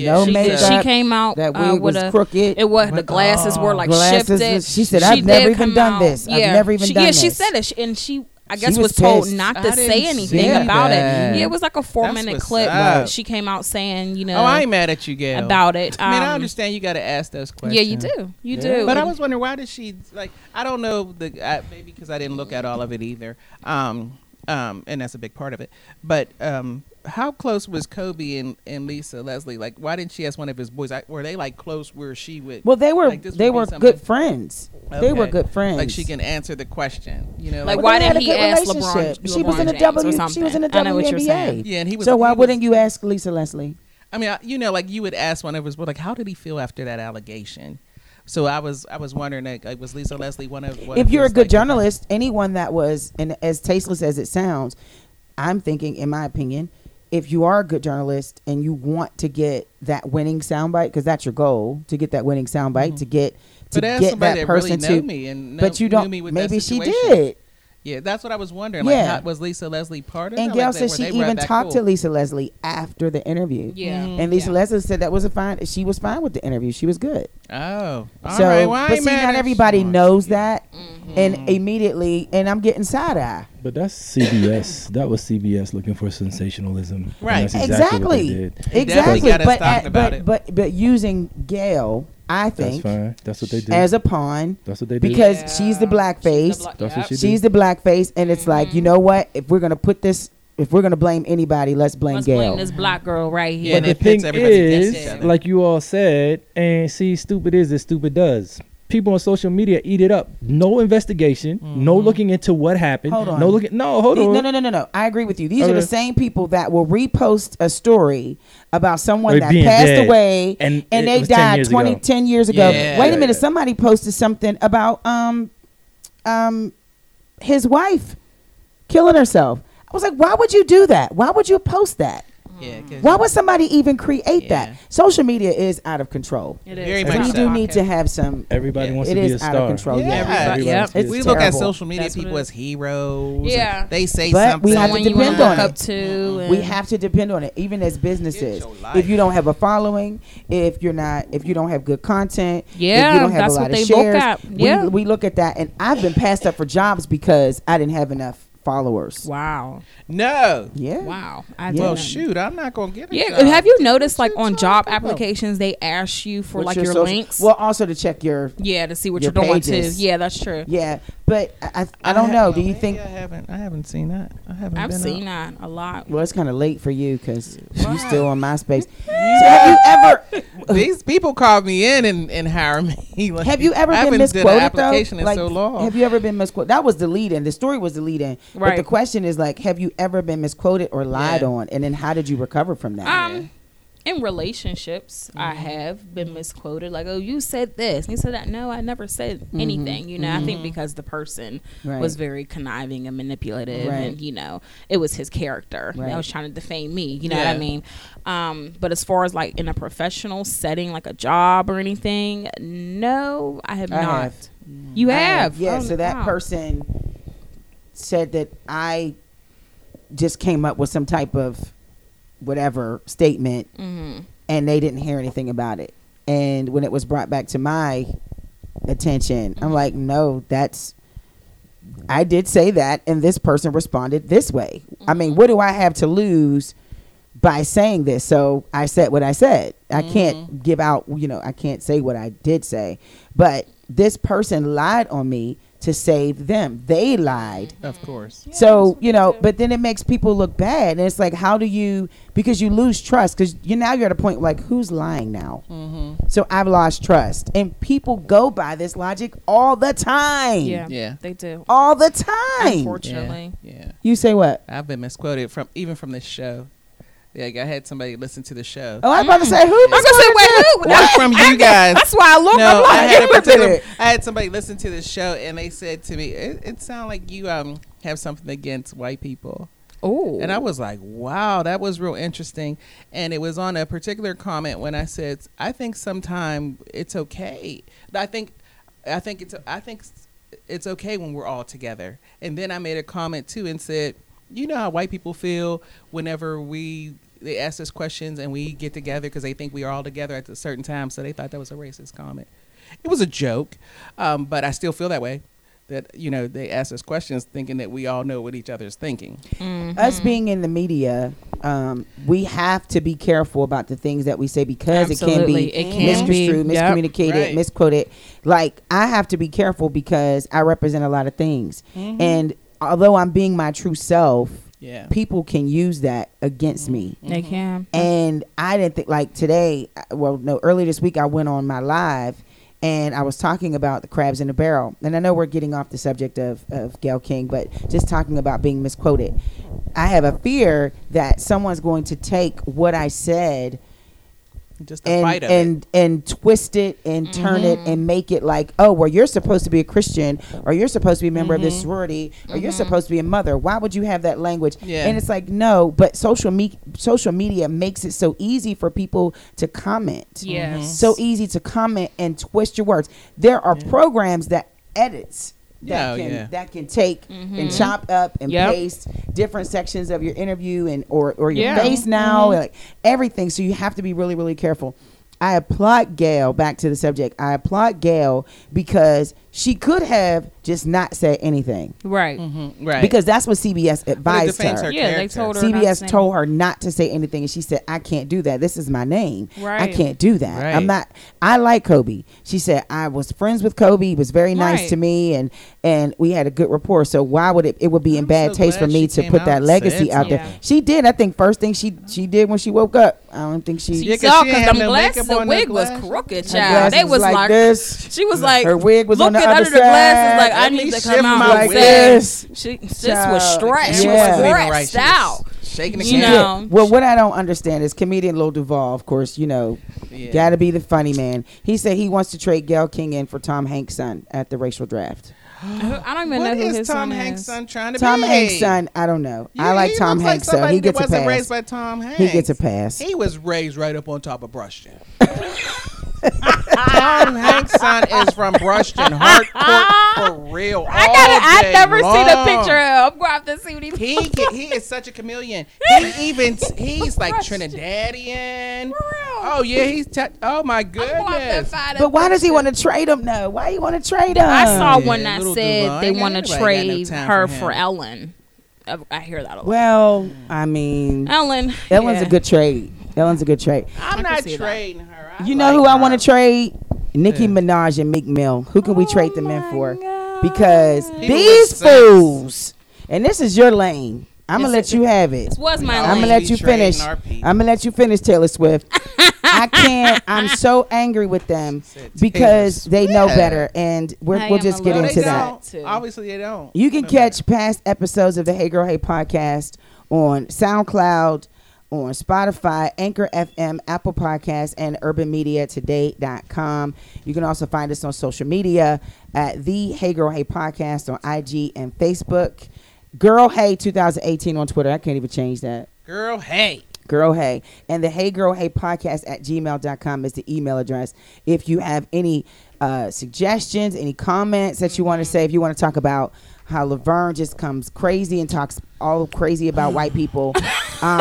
S4: No
S5: she, did.
S4: makeup.
S5: she came out
S4: That
S5: uh,
S4: wig
S5: with
S4: was
S5: a
S4: crooked.
S5: It was the glasses were like
S4: Glasses
S5: shifted.
S4: was- she said, "I've never
S5: did
S4: even
S5: come
S4: done this. I've
S5: Yeah.
S4: never even
S5: she,
S4: done
S5: yeah, she
S4: this.
S5: said it, She- and she I guess
S4: was
S5: was, told
S4: pissed.
S5: not
S2: I
S5: to
S2: didn't
S5: say anything
S4: see
S5: about
S4: that.
S5: it. Yeah, it was like a four
S2: That's
S5: minute
S2: what's
S5: clip.
S2: up.
S5: She came out saying, you know,
S2: Oh, I ain't mad at you, Gail.
S5: about it.
S2: I mean, I
S5: Um,
S2: understand you got to ask those questions.
S5: Yeah, you do. You do.
S2: But I
S5: And-
S2: was wondering why did she like? I don't know the I, maybe because I didn't look at all of it either. Um, um, and that's a big part of it. But um, how close was Kobe and, and Lisa Leslie? Like, why didn't she ask one of his boys? I, were they like close where she would?
S4: Well, they were
S2: like, this
S4: they
S2: would be
S4: were
S2: something-
S4: good friends. They were
S2: Okay.
S4: good friends.
S2: Like she can answer the question, you know.
S5: Like,
S4: Well,
S5: why
S4: they had
S5: didn't
S4: a
S5: he
S4: good
S5: ask LeBron-
S4: relationship. She was
S5: LeBron
S4: in a
S5: James or
S4: W. She was in a
S5: something? I know what you're
S4: WNBA.
S5: saying.
S2: Yeah, and he was-
S4: so why
S2: he was-
S4: wouldn't you ask Lisa Leslie?
S2: I mean, I- you know, like you would ask one of us, well, like, how did he feel after that allegation? So I was, I was wondering, like, like, was Lisa Leslie one of? One
S4: if
S2: of
S4: you're a
S2: his,
S4: good
S2: like,
S4: journalist, anyone that was, and as tasteless as it sounds, I'm thinking, in my opinion, if you are a good journalist and you want to get that winning soundbite, because that's your goal to get that winning soundbite, to get to
S2: Mm-hmm. But ask
S4: get
S2: somebody
S4: that
S2: that really
S4: person
S2: know
S4: to.
S2: me and know-
S4: but you
S2: knew
S4: don't.
S2: me with that
S4: maybe she
S2: situation.
S4: did.
S2: Yeah, that's what I was wondering. Like,
S4: Yeah.
S2: how, was Lisa Leslie part of?
S4: And
S2: it?
S4: Gail
S2: Like, they-
S4: said
S2: were
S4: she
S2: they right
S4: even
S2: back
S4: talked to
S2: cool?
S4: Lisa Leslie after the interview.
S5: Yeah.
S2: Mm-hmm.
S5: Mhm.
S4: And Lisa
S5: Yeah.
S4: Leslie said that was a fine. She was fine with the interview. She was good.
S2: Oh, all
S4: so,
S2: right. Well, I
S4: but see,
S2: ain't mad
S4: not
S2: at
S4: everybody
S2: you.
S4: knows that.
S2: Mm-hmm.
S4: And immediately, and I'm getting side eye.
S6: But that's CBS. that was CBS looking for sensationalism. and
S2: Right.
S6: that's what they
S4: Exactly.
S6: did.
S2: They definitely
S4: Exactly.
S2: got us
S4: But,
S2: talking
S4: at-
S2: about
S4: but,
S2: it.
S4: but but using Gail, I
S6: That's
S4: think,
S6: fine. That's what they did.
S4: as a pawn
S6: that's what they did.
S4: because
S5: Yeah.
S4: she's the blackface.
S5: She's the bla-
S6: That's
S5: yep. Mm-hmm.
S6: what she did.
S4: she's the blackface, and it's like you know what? If we're gonna put this, if we're gonna blame anybody, let's blame
S5: Let's
S4: Gail.
S5: blame this black girl right
S2: Yeah,
S5: here.
S6: But
S2: and
S6: the
S2: it pits
S6: thing
S2: everybody against each
S6: is,
S2: other.
S6: like you all said, and see, stupid is as stupid does. People on social media eat it up. No investigation.
S2: Mm-hmm.
S6: No looking into what happened.
S4: Hold on.
S6: No looking. No, hold
S4: These-
S6: on.
S4: No, no, no, no, no. I agree with you. These are
S6: Okay.
S4: the same people that will repost a story about someone
S6: Or
S4: that
S6: being
S4: passed
S6: dead.
S4: away
S6: And
S4: and,
S6: it
S4: they
S6: was 10
S4: died
S6: years
S4: 20,
S6: ago.
S4: 10 years ago.
S2: Yeah.
S4: Wait a
S2: Yeah,
S4: minute.
S2: yeah.
S4: Somebody posted something about um, um, his wife killing herself. I was like, why would you do that? Why would you post that?
S2: Yeah, 'cause
S4: Why would somebody even create
S2: Yeah.
S4: that? Social media is out of control.
S5: It is.
S2: Very
S5: It's
S2: much
S5: out
S4: We
S5: of
S2: so.
S4: do need to
S5: pocket.
S4: have some.
S6: Everybody
S2: Yeah.
S6: wants
S4: It
S6: to be
S4: is
S6: a
S4: out
S6: star.
S4: of control.
S2: Yeah.
S4: Yeah.
S2: Everybody-
S5: Yep.
S6: wants to be
S4: It's
S6: a
S2: we
S6: star.
S2: look at
S4: terrible.
S2: social media
S5: That's what
S2: people
S5: it
S2: as heroes. and
S5: Yeah.
S2: they say
S4: But
S2: something.
S4: we have to
S5: Someone you
S4: depend
S5: wanna
S4: on
S5: look
S4: it.
S5: up to.
S4: we
S5: and-
S4: have to depend on it even as businesses
S2: your life.
S4: if you don't have a following if you're not if you don't have good content if
S5: Yeah,
S4: you don't have
S5: that's
S4: a lot
S5: what
S4: of
S5: they look
S4: shares
S5: at. Yeah.
S4: we, we look at that and i've been passed up for jobs because i didn't have enough followers
S5: Wow.
S2: no.
S4: yeah
S5: Wow. I
S4: Yeah.
S2: Well,
S5: didn't-
S2: shoot, I'm not gonna get it.
S5: Yeah. Have you noticed, like, on job applications, they ask you for,
S4: What's
S5: like, your,
S4: social-
S5: links?
S4: well also to check your
S5: yeah, to see what
S4: your
S5: you're doing, too.
S4: pages.
S5: Yeah, that's true.
S4: yeah but i i, I don't
S2: ha-
S4: know
S2: well,
S4: do you
S2: maybe
S4: think
S2: I haven't. I haven't seen that. I haven't.
S5: I've
S2: been
S5: seen
S2: up.
S5: that a lot.
S4: well it's kind of late for you because you're still on myspace so have you ever
S2: These people call me in and, and hire me. Like,
S4: Have you ever
S2: I
S4: been
S2: haven't did
S4: misquoted
S2: an application
S4: though?
S2: in
S4: Like,
S2: so long.
S4: Have you ever been misquoted? That was the lead in. The story was the lead in. But the
S5: Right.
S4: question is like, have you ever been misquoted or lied
S2: Yeah.
S4: on? And then how did you recover from that?
S5: Um, in relationships, I
S4: Mm-hmm.
S5: have been misquoted. Like, oh, you said this. And he said that. No, I never said anything. You know, I think because the person
S4: Mm-hmm. Right.
S5: was very conniving and manipulative,
S4: Right.
S5: and you know, it was his character
S4: Right.
S5: that was trying to defame me. You know what
S2: Yeah.
S5: I mean? Um, but as far as like in a professional setting, like a job or anything, no, I have
S4: I
S5: not.
S4: have.
S5: You have,
S4: yeah.
S5: Oh,
S4: so that
S5: wow.
S4: person said that I just came up with some type of whatever statement,
S5: Mm-hmm.
S4: and they didn't hear anything about it. And when it was brought back to my attention,
S5: Mm-hmm.
S4: I'm like, no, that's. I did say that, and this person responded this way. I mean, what do I have to lose by saying this? So I said what I said. I can't give out, you know, I can't say what I did say. But this person lied on me to save them. They lied.
S2: Of course.
S4: so, you know, but then it makes people look bad. And it's like, how do you, because you lose trust, because you now you're at a point like, who's lying now? So I've lost trust. And people go by this logic all the time.
S5: Yeah,
S2: Yeah.
S5: they do.
S4: All the time.
S5: Unfortunately,
S2: Yeah. yeah.
S4: You say what?
S2: I've been misquoted from even from this show. Like I had somebody listen to the show.
S4: Oh, I was about to say, who?
S5: Mm. I was gonna say, wait, who?
S2: One from you guys.
S5: That's why I look.
S2: no,
S5: I'm
S2: I
S5: like,
S2: had a
S4: wait a
S2: particular,
S4: minute.
S2: I had somebody listen to this show and they said to me, "It, it sounds like you um have something against white people."
S5: oh,
S2: And I was like, "Wow, that was real interesting." And it was on a particular comment when I said, "I think sometime it's okay. I think, I think it's I think it's okay when we're all together." And then I made a comment too and said, "You know how white people feel whenever we they ask us questions and we get together because they think we are all together at a certain time. So they thought that was a racist comment. It was a joke, um, but I still feel that way. That you know they ask us questions thinking that we all know what each other's thinking.
S4: us being in the media, um, we have to be careful about the things that we say because
S5: Absolutely.
S4: it can be
S5: It can
S4: misconstrued,
S5: be. Yep.
S4: miscommunicated,
S2: Right.
S4: misquoted. Like I have to be careful because I represent a lot of things, and although I'm being my true self,
S2: Yeah.
S4: people can use that against me.
S5: They can.
S4: And I didn't think like today. I- Well, no, earlier this week I went on my live and I was talking about the crabs in the barrel. And I know we're getting off the subject of of Gail King, but just talking about being misquoted. I have a fear that someone's going to take what I said
S2: Just the
S4: and
S2: fight of it.
S4: and and twist it and turn it and make it like, oh, well, you're supposed to be a Christian or you're supposed to be a member of this sorority or you're supposed to be a mother. Why would you have that language?
S2: Yeah.
S4: And it's like, no, but social me- social media makes it so easy for people to comment.
S5: Yes.
S4: So easy to comment and twist your words. There are programs that edits that
S2: Oh,
S4: can
S2: yeah.
S4: that can take and chop up and
S5: Yep.
S4: paste different sections of your interview and or or your
S5: Yeah.
S4: face now and like everything. So you have to be really really careful. I applaud Gail. Back to the subject. I applaud Gail because she could have just not said anything
S5: Mm, Right.
S2: right.
S4: because that's what CBS advised
S2: defends
S4: her.
S2: her
S5: Yeah, they
S2: character.
S5: told her. not to
S4: CBS
S5: say-
S4: told her not to say anything, and she said, "I can't do that. This is my name. I
S5: Right.
S4: can't do that.
S2: Right.
S4: I'm not. I like Kobe." She said, "I was friends with Kobe. He was very nice
S5: Right.
S4: to me, and and we had a good rapport. So why would it? It would be in
S2: I'm
S4: bad
S2: so
S4: taste for
S2: glad
S4: me
S2: she
S4: to
S2: came
S4: put
S2: out
S4: that
S2: and
S4: legacy
S2: said
S4: out there.
S5: something.
S4: She did. I think first thing she she did when she woke up. I don't think she.
S5: You
S2: Yeah, 'cause
S5: saw
S2: she ain't
S5: because
S2: have
S5: them
S2: no
S5: glasses,
S2: makeup
S5: the
S2: on, no
S5: wig was
S2: glasses.
S5: crooked,
S4: her
S5: child. They
S4: glasses
S5: was like,
S4: this.
S5: she was like,
S4: Her wig was on
S5: looking
S4: the
S5: under
S4: other
S5: the glasses,
S4: side.
S5: like I
S2: Let
S5: need
S2: me
S5: to
S2: shift
S5: come out.
S2: my
S5: and
S2: wig.
S5: say,
S4: Yes.
S5: she this
S4: Child,
S5: was stretched. She
S4: yeah.
S5: was
S2: Wasn't even right.
S5: stressed
S2: She was
S5: out.
S2: shaking the
S5: You
S2: can.
S5: know.
S4: Well, what I don't understand is comedian Lil Duval, of course, you know,
S2: Yeah.
S4: gotta be the funny man. He said he wants to trade Gail King in for Tom Hanks' son at the racial draft.
S5: I don't even
S2: What
S5: know who
S2: is
S5: his
S2: Tom
S5: son
S2: Hanks'
S5: is.
S2: son trying to
S4: Tom
S2: be?
S4: Hanks' son, I don't know.
S2: You-
S4: I like
S2: he
S4: Tom
S2: looks like
S4: Hanks, so
S2: somebody
S4: he
S2: that
S4: gets a
S2: wasn't
S4: pass.
S2: raised by Tom Hanks.
S4: He gets a pass.
S2: He was raised right up on top of Brushton. Tom Hanks' son is from Brushton, Hartford, for real.
S5: I
S2: all
S5: gotta.
S2: day
S5: I never seen a
S2: long.
S5: picture of. I'm gonna have to see what he.
S2: He can, he is such a chameleon. He even he's like
S5: Brushton.
S2: Trinidadian.
S5: real.
S2: Oh yeah, he's te- oh my
S5: I'm gonna have to
S2: goodness.
S5: find a
S4: But why does he want to trade him? No, why you want to trade him?
S5: I saw one
S2: Yeah,
S5: that
S2: little Duval.
S5: said they
S2: Ain't
S5: want to
S2: nobody got no
S5: trade
S2: time
S5: her
S2: for him.
S5: for Ellen. I, I hear that a lot.
S4: Well, I mean,
S5: Ellen.
S4: Ellen's
S5: yeah.
S4: a good trade. Ellen's a good trade.
S2: I'm
S5: can
S2: not
S5: see that.
S2: trading her. I
S4: You know
S2: like
S4: who I
S2: her.
S4: want to trade? Nicki Minaj and Meek Mill. Who can we
S5: Oh
S4: trade them in
S5: my
S4: for?
S5: God.
S4: Because
S2: with
S4: these
S2: sense.
S4: fools, and this is your lane. I'm gonna
S5: This
S4: let you have it.
S5: This was my.
S4: I'm
S5: lane.
S4: gonna let you
S2: trading
S4: finish.
S2: our
S4: I'm
S2: people.
S4: gonna let you finish Taylor Swift. I can't. I'm so angry with them
S2: Said Taylor
S4: because they know
S2: Swift.
S4: better, and we're,
S5: I
S4: we'll
S5: am
S4: just
S5: a
S4: get
S5: little
S2: No, they
S4: into that.
S5: upset.
S2: don't.
S5: too.
S2: Obviously, they don't.
S4: You can
S2: No,
S4: catch past episodes of the Hey Girl Hey podcast on SoundCloud, on Spotify, Anchor FM, Apple Podcasts, and UrbanMediaToday.com. You can also find us on social media at the Hey Girl Hey podcast on IG and Facebook. Girl Hey 2018 on Twitter. I can't even change that.
S2: Girl, hey.
S4: Girl Hey. And the Hey Girl Hey podcast at gmail.com is the email address. If you have any uh, suggestions, any comments that you want to
S5: Mm-hmm.
S4: say, if you want to talk about how Laverne just comes crazy and talks all crazy about white people, um,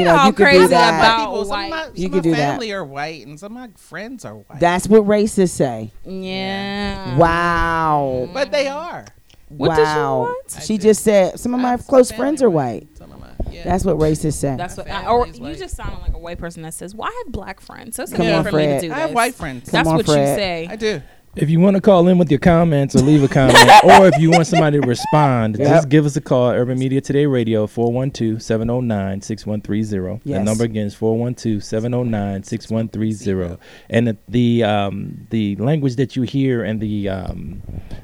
S4: you know,
S5: All
S4: you could do
S5: crazy
S4: that.
S5: about-
S2: people, some
S5: white.
S2: of my, some
S4: You
S2: of
S4: could do
S2: my
S4: that.
S2: family are white, and some of my friends are white.
S4: That's what racists say.
S5: Yeah.
S4: Wow.
S2: but they are.
S4: wow.
S5: Mm-hmm. did she want?
S4: She just said some of my close friends are white.
S2: Some of my, yeah.
S4: That's what racists say.
S5: That's what. I,
S2: family
S5: or
S2: is
S5: you
S2: white.
S5: just sound like a white person that says, "Well, I have black friends, so it's
S4: Come
S5: okay
S2: on,
S5: for me
S4: Fred.
S5: to do
S2: I
S5: this."
S2: have white friends.
S5: That's
S4: Come on,
S5: what you
S4: Fred.
S5: say.
S2: I do.
S6: If you want to call in with your comments or leave a comment, or if you want somebody to respond, just give us a call. Urban Media Today Radio, 412 709 6130. The
S4: Yes.
S6: number again is 412 709 6130. And the- the, um, the language that you hear and the, um,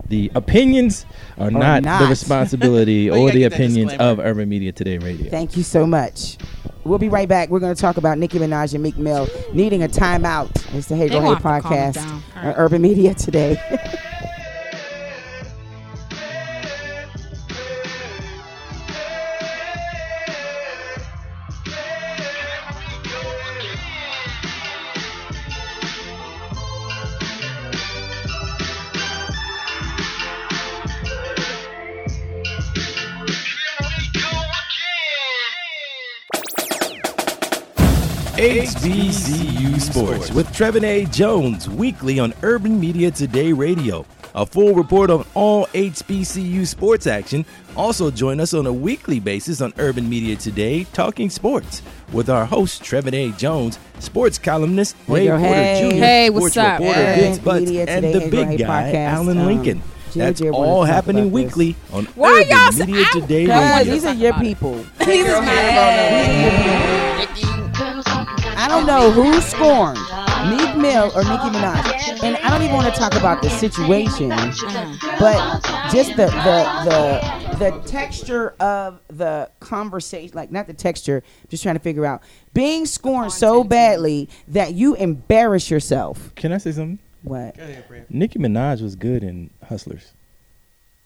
S6: the opinions are not,
S4: not.
S6: the responsibility
S2: Well, you
S6: or
S2: gotta
S6: the
S2: get that
S6: opinions of
S2: disclaimer.
S6: Urban Media Today Radio.
S4: Thank you so much. We'll be right back. We're going to talk about Nicki Minaj and Meek Mill needing a timeout. It's the Hey Girl Hey
S5: gonna have to calm
S4: podcast
S5: it down.
S4: on Urban Media today.
S8: Here we go again.
S6: HBCU Sports with Trevin A. Jones weekly on Urban Media Today Radio. A full report on all HBCU sports action. Also join us on a weekly basis on Urban Media Today Talking Sports with our host Trevin A. Jones, sports columnist
S4: Hey,
S6: Ray
S4: yo,
S6: Porter
S4: hey.
S6: Jr.,
S5: Hey, what's
S6: sports
S5: up?
S6: reporter
S4: Yeah.
S6: Vince
S4: Urban
S6: Butts,
S4: Media
S6: and
S4: Today,
S6: the
S4: Hey,
S6: big
S4: Great
S6: guy
S4: Podcast.
S6: Alan
S4: Um, JJ
S6: Lincoln. That's
S4: wanted to
S6: all
S4: talk
S6: happening
S4: about this.
S6: weekly on
S5: Why
S6: Urban
S5: y'all so-
S6: Media
S5: I-
S6: Today
S4: Guys,
S6: Radio.
S4: these are your people.
S5: He's
S4: I don't know who scorned Meek Mill or Nicki Minaj, and I don't even want to talk about the situation, Uh-huh. but just the the the, the texture of the conversation, like not the texture, just trying to figure out being scorned so badly that you embarrass yourself.
S6: Can I say something?
S4: What?
S2: Go ahead, Brad.
S6: Nicki Minaj was good in Hustlers.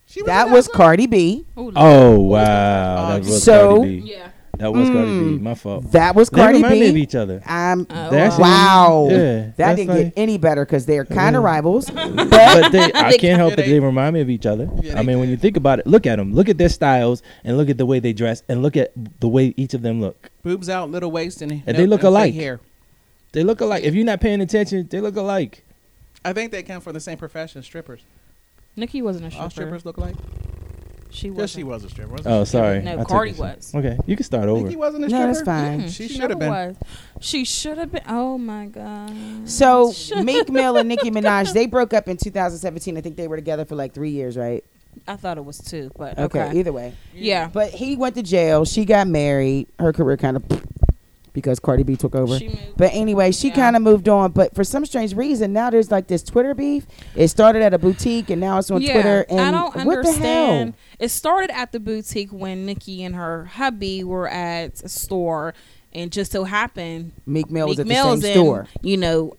S2: She
S4: That
S2: in
S4: was
S2: that
S4: Cardi B.
S6: Oh wow, that was
S4: So-
S6: Cardi B.
S5: Yeah.
S6: That was Cardi B.
S4: Mm.
S6: My fault.
S4: That was
S6: they
S4: Cardi
S6: reminded of
S4: B.
S6: each other.
S4: I'm
S5: Oh,
S6: That's-
S4: wow.
S6: Yeah,
S4: that
S6: that's
S4: didn't
S6: like-
S4: get any better because they're kind
S6: Yeah.
S4: of rivals.
S6: But they, I can't help
S2: Yeah,
S6: it.
S2: they-
S6: They remind me of each other.
S2: Yeah, they
S6: I mean, when
S2: do.
S6: you think about it, look at them. Look at their styles, and look at the way they dress, and look at the way each of them look.
S2: Boobs out, little waist, and,
S6: And they look alike.
S2: Here,
S6: They look alike. If you're not paying attention, they look alike.
S2: I think they come from the same profession. Strippers.
S5: Nikki wasn't a stripper.
S2: All strippers look alike.
S5: She
S2: Yes,
S5: was.
S2: she was a stripper. Wasn't
S6: Oh, sorry.
S5: No,
S6: I took
S5: Cardi
S6: this one.
S5: was.
S6: Okay, you can start
S2: she?
S6: over.
S2: Nikki wasn't a stripper.
S4: No, that's fine.
S2: She
S5: Mm-hmm.
S2: should have been.
S5: Was. She should have been. Oh my god.
S4: So
S5: Shut-
S4: Meek Mill and Nicki Minaj, they broke up in 2017. I think they were together for like three years, right?
S5: I thought it was two, but
S4: Okay.
S5: okay.
S4: Either way,
S5: Yeah.
S4: but he went to jail. She got married. Her career kind of because Cardi B took over.
S5: She moved.
S4: but anyway, she
S5: Yeah.
S4: kind of moved on. But for some strange reason, now there's like this Twitter beef. It started at a boutique, and now it's on Twitter. And
S5: I don't
S4: what
S5: understand.
S4: the hell?
S5: It started at the boutique when Nikki and her hubby were at a store, and just so happened
S4: Meek Mill was
S5: Meek
S4: at the
S5: Mill's
S4: same
S5: in,
S4: store.
S5: You know,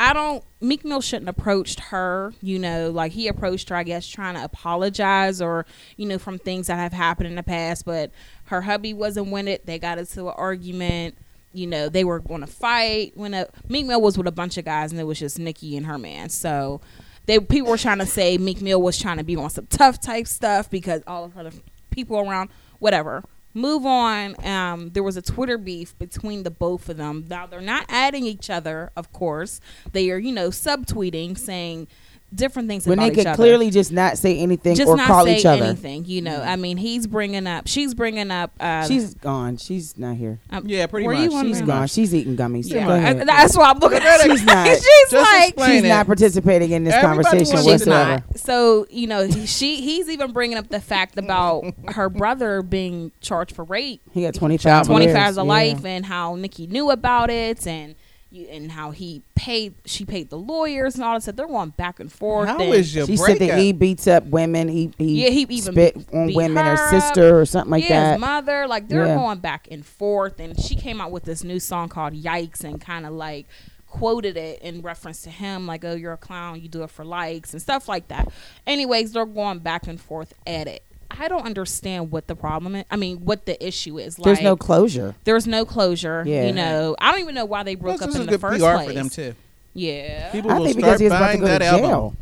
S5: I don't. Meek Mill shouldn't approached her. You know, like he approached her, I guess, trying to apologize or you know from things that have happened in the past. But her hubby wasn't with it. They got into an argument. You know, they were going to fight. When a, Meek Mill was with a bunch of guys, and it was just Nikki and her man. So. They people were trying to say Meek Mill was trying to be on some tough type stuff because all of her people around, whatever move on um there was a twitter beef between the both of them now they're not adding each other of course they are you know subtweeting saying different things
S4: When
S5: about
S4: they
S5: each
S4: could
S5: other
S4: clearly just not say anything
S5: just
S4: or
S5: not
S4: call
S5: say
S4: each other.
S5: anything you know i mean he's bringing up she's bringing up uh
S4: She's gone. She's not here.
S5: um,
S2: Yeah, pretty
S5: were you
S2: much.
S5: on
S4: She's
S5: there?
S4: gone. She's eating gummies.
S5: yeah.
S4: Go ahead.
S5: I- that's why i'm looking at her
S4: She's not.
S5: she's
S2: Just
S5: like
S2: explain
S4: She's
S2: it.
S4: not participating in this
S2: Everybody
S4: conversation
S2: wants
S5: She's
S4: whatsoever.
S5: not. So you know, he- she he's even bringing up the fact about her brother being charged for rape
S4: He got 25
S5: twenty
S4: years.
S5: five
S4: Yeah.
S5: to life and how Nikki knew about it and you, and how he paid she paid the lawyers and all that stuff. They're going back and forth.
S2: How
S5: and
S2: is your
S4: She
S2: breakup?
S4: said that he beats up women. He, he,
S5: Yeah, he even
S4: spit
S5: beat-
S4: on
S5: beat
S4: women
S5: her
S4: or
S5: up.
S4: sister or something like
S5: his
S4: that.
S5: mother, like they're
S4: Yeah.
S5: going back and forth and she came out with this new song called Yikes and kinda like quoted it in reference to him, like, Oh, you're a clown, you do it for likes and stuff like that. Anyways, they're going back and forth at it. I don't understand what the problem is. I mean, what the issue is.
S4: There's
S5: like,
S4: no closure.
S5: there was no closure.
S4: Yeah.
S5: You know, I don't even know why they broke
S2: Plus,
S5: up
S2: this
S5: in
S2: is
S5: the
S2: good
S5: first
S2: PR
S5: place.
S2: for them too.
S5: Yeah.
S2: People
S4: I
S2: will
S4: think
S2: start
S4: because he was about to
S2: buying
S4: go to
S2: that
S4: jail.
S2: album.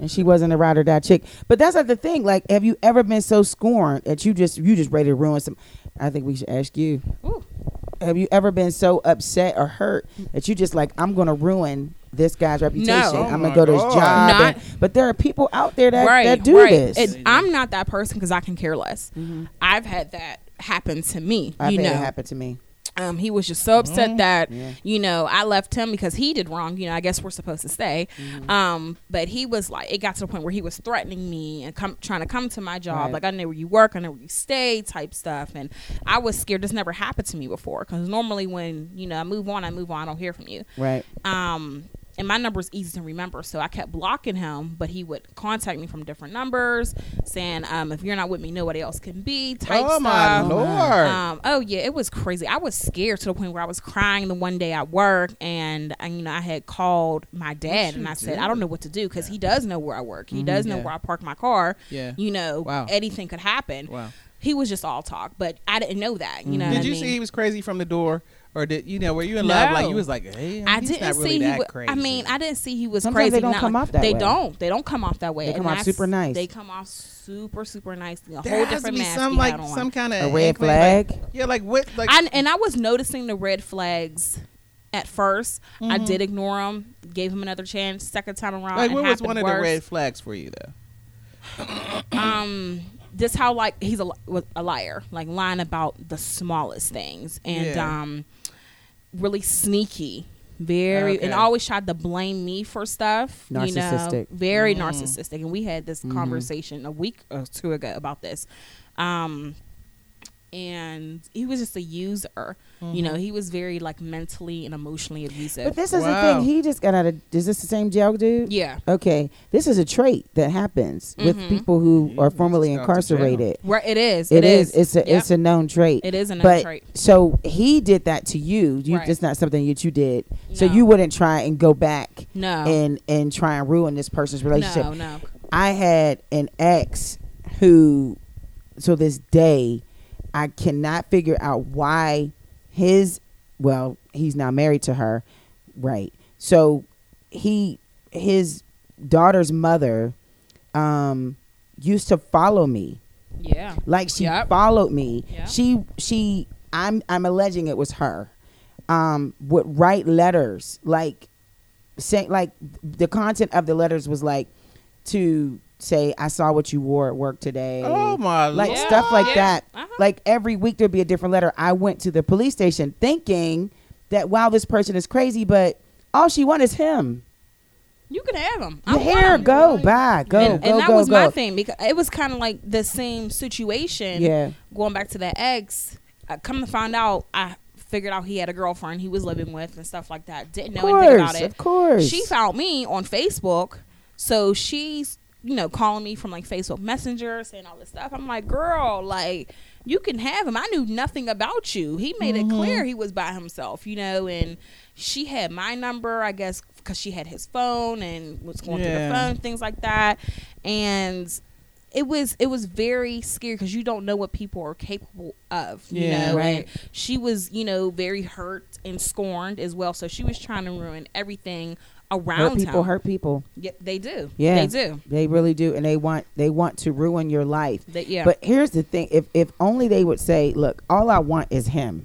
S4: And she wasn't a ride or die chick. But that's not the thing. Like, have you ever been so scorned that you just you just ready to ruin some? I think we should ask you.
S5: Ooh.
S4: Have you ever been so upset or hurt that you just like I'm gonna ruin this guy's reputation?
S5: Oh
S4: I'm
S2: my
S4: gonna go to his
S2: God.
S4: job. and-
S5: Not-
S4: but there are people out there that,
S5: right.
S4: that do
S5: right.
S4: this. Mm-hmm.
S5: It-
S2: Mm-hmm.
S5: I'm not that person because I can care less. I've had that happen to me.
S4: I've
S5: you
S4: had
S5: know,
S4: it happen to me.
S5: um, he was just so upset
S2: Mm-hmm.
S5: that
S4: Yeah.
S5: you know I left him because he did wrong. You know, I guess we're supposed to stay.
S4: Mm-hmm.
S5: Um, but he was like, it got to the point where he was threatening me and come trying to come to my job.
S4: Right.
S5: Like I know where you work, I know where you stay, type stuff. And I was scared. This never happened to me before because normally when you know I move on, I move on. I don't hear from you.
S4: Right.
S5: um and my number's easy to remember so i kept blocking him but he would contact me from different numbers saying um if you're not with me nobody else can be type
S2: Oh
S5: stuff
S2: my lord!
S5: um oh yeah it was crazy i was scared to the point where i was crying the one day at work and uh, you know i had called my dad and i said i don't know what to do because he does know where i work he does know
S2: Mm-hmm, Yeah.
S5: where i park my car
S2: Yeah.
S5: you know
S2: Wow.
S5: anything could happen
S2: Wow. Mm.
S5: he was just all talk but i didn't know that you know
S2: Did
S5: what
S2: you
S5: I mean?
S2: see he was crazy from the door or did you know were you in love like
S5: No.
S2: you was like hey
S5: I
S2: he's
S5: didn't
S2: not really
S5: see
S2: that
S5: he. wa-
S2: crazy.
S5: I mean, I didn't see he was
S4: Sometimes they
S5: crazy.
S4: don't
S5: Not-
S4: come off that
S5: They
S4: way.
S5: don't. They don't come off that way.
S4: They
S5: And
S4: come off
S5: that's-
S4: super nice.
S5: They come off super super nice. A
S2: there
S5: whole
S2: has to
S5: different
S2: be
S5: mask
S2: some
S5: he
S2: like
S5: had on.
S2: some kind of
S4: A red flag.
S2: yeah, like what? Like
S5: I, and I was noticing the red flags at 1st I
S4: Mm-hmm.
S5: did ignore him, gave him another chance. Second time around,
S2: like
S5: it
S2: what was
S5: happened
S2: one of the
S5: worse.
S2: red flags for you though?
S5: Um, just how like he's a, li- was a liar, like lying about the smallest things, and
S2: Yeah.
S5: um, really sneaky. Very
S2: Okay.
S5: and always tried to blame me for stuff. you know,
S4: Narcissistic.
S2: Mm.
S4: Mm-hmm.
S5: very narcissistic, and we had this conversation a week or two ago about this. Um, and he was just a user. You
S2: Mm-hmm.
S5: know, he was very like mentally and emotionally abusive.
S4: But this is the
S2: Wow.
S4: thing. He just got out of. Is this the same jail dude?
S5: yeah,
S4: Okay. This is a trait that happens with people who are formerly
S2: just got to jail.
S4: incarcerated.
S5: where Mm-hmm. it is,
S4: It is.
S5: is.
S4: It's a.
S5: Yep.
S4: It's a known trait.
S5: It is a known
S4: but,
S5: trait.
S4: So he did that to you. You.
S5: Right.
S4: It's not something that you did. So
S5: No.
S4: you wouldn't try and go back
S5: no
S4: and and try and ruin this person's relationship.
S5: no no.
S4: I had an ex who, to this day, I cannot figure out why his, well, he's now married to her, right? So he, his daughter's mother, um, used to follow me.
S5: Yeah.
S4: Like she
S5: Yep.
S4: followed me.
S5: Yep.
S4: She she I'm I'm alleging it was her. Um, would write letters like say like the content of the letters was like to say I saw what you wore at work today.
S2: Oh my
S4: like
S2: lord!
S4: stuff like
S5: Yeah.
S4: that.
S5: Uh-huh.
S4: Like every week there'd be a different letter. I went to the police station thinking that wow this person is crazy, but all she wanted is him.
S5: You can have them.
S4: The hair go bye go
S5: and,
S4: go
S5: and that
S4: go
S5: was
S4: go.
S5: my thing because it was kind of like the same situation.
S4: Yeah.
S5: Going back to that ex, uh, come to find out, I figured out he had a girlfriend he was living with and stuff like that. Didn't know anything about
S4: Course,
S5: it.
S4: of course.
S5: She found me on Facebook, so she's you know calling me from like Facebook Messenger saying all this stuff. I'm like, girl, like. You can have him. I knew nothing about you. He made it clear
S2: Mm-hmm.
S5: he was by himself, you know, and she had my number, I guess, because she had his phone and was going through
S2: Yeah.
S5: the phone and things like that and it was it was very scary because you don't know what people are capable of you
S2: Yeah.
S5: know
S4: Right.
S5: and she was you know very hurt and scorned as well so she was trying to ruin everything around
S4: hurt people
S5: him.
S4: hurt people.
S5: yeah, they do
S4: Yeah.
S5: they do
S4: They really do, and they want they want to ruin your life.
S5: They- yeah
S4: But here's the thing: if if only they would say, "Look, all I want is him.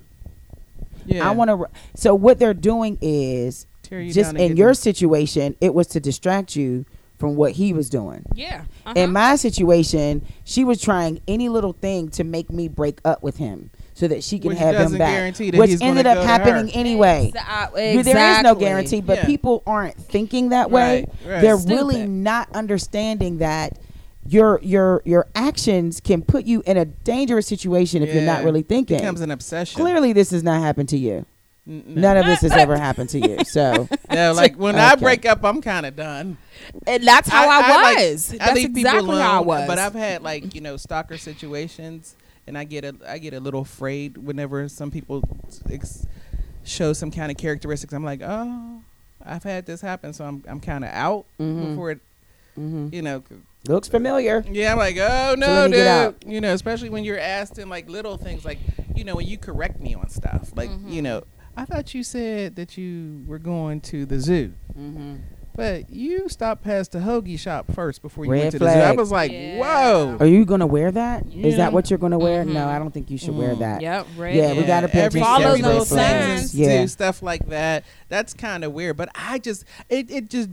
S2: yeah.
S4: I want to." So what they're doing is
S2: Tear you
S4: just
S2: down and
S4: in
S2: get
S4: your
S2: you-
S4: situation, it was to distract you from what he was doing.
S5: yeah uh
S4: In my situation, she was trying any little thing to make me break up with him so that she can
S2: Which
S4: have him
S2: doesn't
S4: back,
S2: guarantee that
S4: which
S2: he's gonna
S4: ended up
S2: go to her.
S4: happening anyway. You- There is no guarantee, but
S2: Yeah.
S4: people aren't thinking that way.
S2: Right, right.
S4: They're
S5: Stupid.
S4: really not understanding that your your your actions can put you in a dangerous situation if you're not
S2: Yeah.
S4: really
S2: It
S4: thinking.
S2: becomes an obsession.
S4: Clearly, this has not happened to you.
S2: N- no.
S4: None of this has ever happened to you. So
S2: No, like when I
S4: Okay.
S2: break up, I'm kind of done.
S5: and that's how I,
S2: like,
S5: was
S2: I
S5: that's
S2: leave people
S5: exactly how I
S2: alone,
S5: was
S2: But I've had like you know stalker situations, and I get a I get a little afraid whenever some people ex- show some kind of characteristics. I'm like, oh, I've had this happen, so I'm I'm kind of out
S5: Mm-hmm.
S2: before it. You know,
S4: looks familiar.
S2: yeah, I'm like, oh no,
S4: let me
S2: dude.
S4: get
S2: You know, especially when you're asked in like little things, like you know, when you correct me on stuff, like
S4: Mm-hmm.
S2: you know, I thought you said that you were going to the zoo,
S4: Mm-hmm.
S2: but you stopped past the hoagie shop first before you
S4: Red
S2: went to the zoo. I
S4: flag. Oh,
S2: was like,
S5: Yeah.
S2: whoa.
S4: Are you gonna wear that? Is
S2: Yeah. Mm-hmm. Mm.
S4: that what you're gonna wear? No, I don't think you should wear that.
S5: yep right
S4: Yeah, we gotta pay attention
S2: Every-
S5: Follow
S4: to
S2: every
S4: every
S5: those
S4: red flag.
S5: signs.
S4: Yeah.
S2: do stuff like that. That's kind of weird, but I just it it just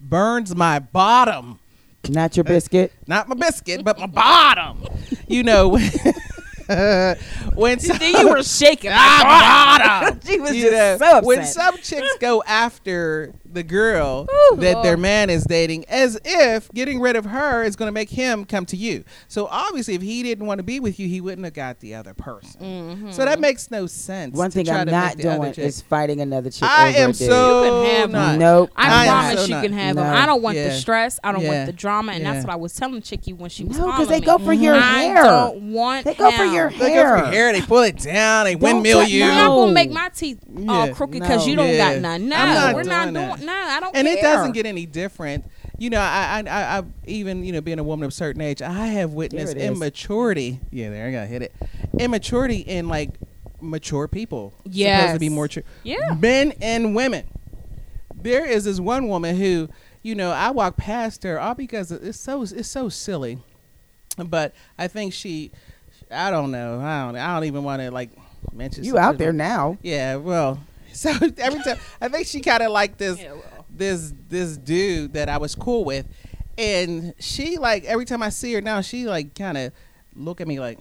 S2: burns my bottom.
S4: Not your
S2: Uh,
S4: biscuit.
S2: Not my biscuit, but my bottom. You know, when, when some,
S5: you were shaking she was
S2: you
S5: just
S2: know,
S5: so upset
S2: when some chicks go after the girl
S5: Ooh,
S2: that their
S5: Lord.
S2: man is dating, as if getting rid of her is going to make him come to you. So obviously, if he didn't want to be with you, he wouldn't have got the other person. So
S5: Mm-hmm.
S2: that makes no sense.
S4: One
S2: to
S4: thing
S2: try
S4: I'm
S2: to make
S4: not
S2: the other
S4: doing
S2: chick-
S4: is fighting another chick.
S2: I
S4: over a
S2: am
S4: dude.
S2: so
S5: You can have
S2: not.
S5: one.
S4: Nope.
S5: I,
S4: I'm
S5: promise
S4: not.
S2: so
S5: you
S2: not.
S5: can have
S4: No.
S5: them. I don't want the
S2: Yeah.
S5: stress. I don't
S2: Yeah.
S5: want the drama, and
S2: Yeah.
S5: that's what I was telling Chicky when she was
S4: No,
S5: calling
S4: because they
S5: me.
S4: go for your
S5: I
S4: hair.
S5: don't want.
S4: They go for
S5: him.
S4: your
S2: They
S4: hair.
S2: go from here, they pull it down, they windmill
S4: touch
S2: you.
S5: You're not
S4: No.
S5: gonna make my teeth all
S2: Yeah.
S5: crooked
S4: No.
S5: because you don't
S2: Yeah.
S5: got none. No,
S2: I'm not
S5: we're
S2: doing
S5: not
S2: that.
S5: doing. No, I don't.
S2: and
S5: care.
S2: it doesn't get any different. You know, I, I, I, I've even you know being a woman of a certain age, I have witnessed
S4: it is.
S2: immaturity. Yeah, there I gotta hit it. Immaturity in like mature people. Supposed to
S5: Yes.
S2: be more mature.
S5: Yeah.
S2: Men and women. There is this one woman who, you know, I walk past her all because it's so it's so silly. But I think she I don't know. I don't I don't even want to like mention
S4: You
S2: something.
S4: out there now?
S2: Yeah, well. So every time I think she kind of like this this this dude that I was cool with, and she like every time I see her now, she like kind of look at me like,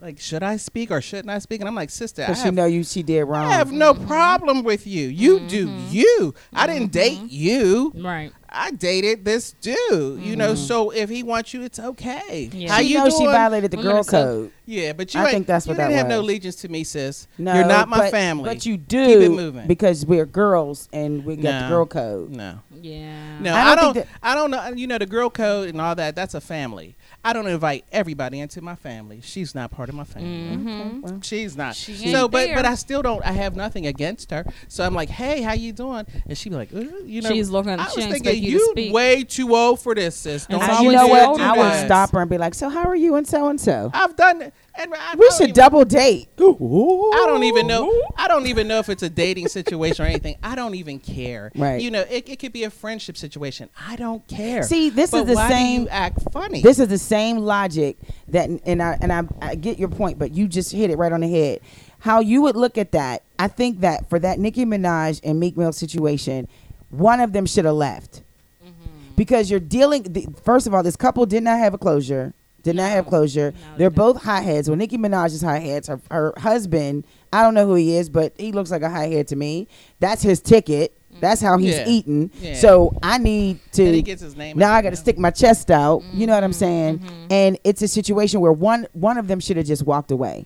S2: like should I speak or shouldn't I speak? And I'm like, sister, I
S4: Cause she
S2: have,
S4: know you. She did wrong.
S2: I have no problem with you. You do you. I didn't date you.
S5: Right.
S2: I dated this dude. You know, so if he wants you, it's okay.
S5: Yeah.
S2: How
S4: she
S2: you
S4: know she
S2: doing?
S4: violated the
S5: Women
S4: girl
S5: are so-
S4: code.
S2: Yeah, but you
S4: I
S2: ain't,
S4: think that's
S2: you
S4: what
S2: didn't
S4: that
S2: have no
S4: was.
S2: allegiance to me, sis.
S4: No,
S2: You're not my
S4: but-
S2: family.
S4: But you do
S2: Keep it moving.
S4: because we're girls and we got
S2: No.
S4: the girl code.
S2: no.
S5: Yeah.
S2: No,
S4: I
S2: I
S4: don't
S2: don't.
S4: think
S2: I don't know. You know the girl code and all that. That's a family. I don't invite everybody into my family. She's not part of my family.
S5: Mm-hmm.
S2: She's not.
S5: She
S2: so,
S5: ain't
S2: but
S5: there.
S2: but I still don't. I have nothing against her. So I'm like, hey, how you doing? And she be like, "Ooh," you know,
S5: She's looking-
S2: I
S5: she
S2: was
S5: ain't
S2: thinking
S5: expect you to
S2: you
S5: speak.
S2: way too old for this, sis. Don't
S5: And
S4: I,
S5: so
S4: you
S5: we
S2: always
S4: know
S5: did
S4: what?
S2: do
S4: I
S2: that.
S4: would stop her and be like, "So how are you and so and so?
S2: I've done it, and I
S4: We
S2: don't
S4: should
S2: even-
S4: double date."
S2: I don't even know. I don't even know if it's a dating situation or anything. I don't even care.
S4: Right.
S2: You know, it, it could be a friendship situation. I don't care.
S4: See, this
S2: But
S4: is the
S2: why do
S4: same-
S2: you act funny.
S4: This is the same logic that, and I and I, I get your point, but you just hit it right on the head. How you would look at that? I think that for that Nicki Minaj and Meek Mill situation, one of them should have left
S2: Mm-hmm.
S4: because you're dealing. The, first of all, this couple did not have a closure. Did not have closure. They're both hotheads. Well, Nicki Minaj is hotheads. Her, her husband, I don't know who he is, but he looks like a hothead to me. That's his ticket. That's how he's
S2: Mm. Yeah.
S4: eating.
S2: Yeah.
S4: So I need to.
S2: And he gets his name
S4: Now
S2: out
S4: I got to
S2: now.
S4: stick my chest out. You know what
S2: Mm-hmm,
S4: I'm saying? And it's a situation where one one of them should have just walked away,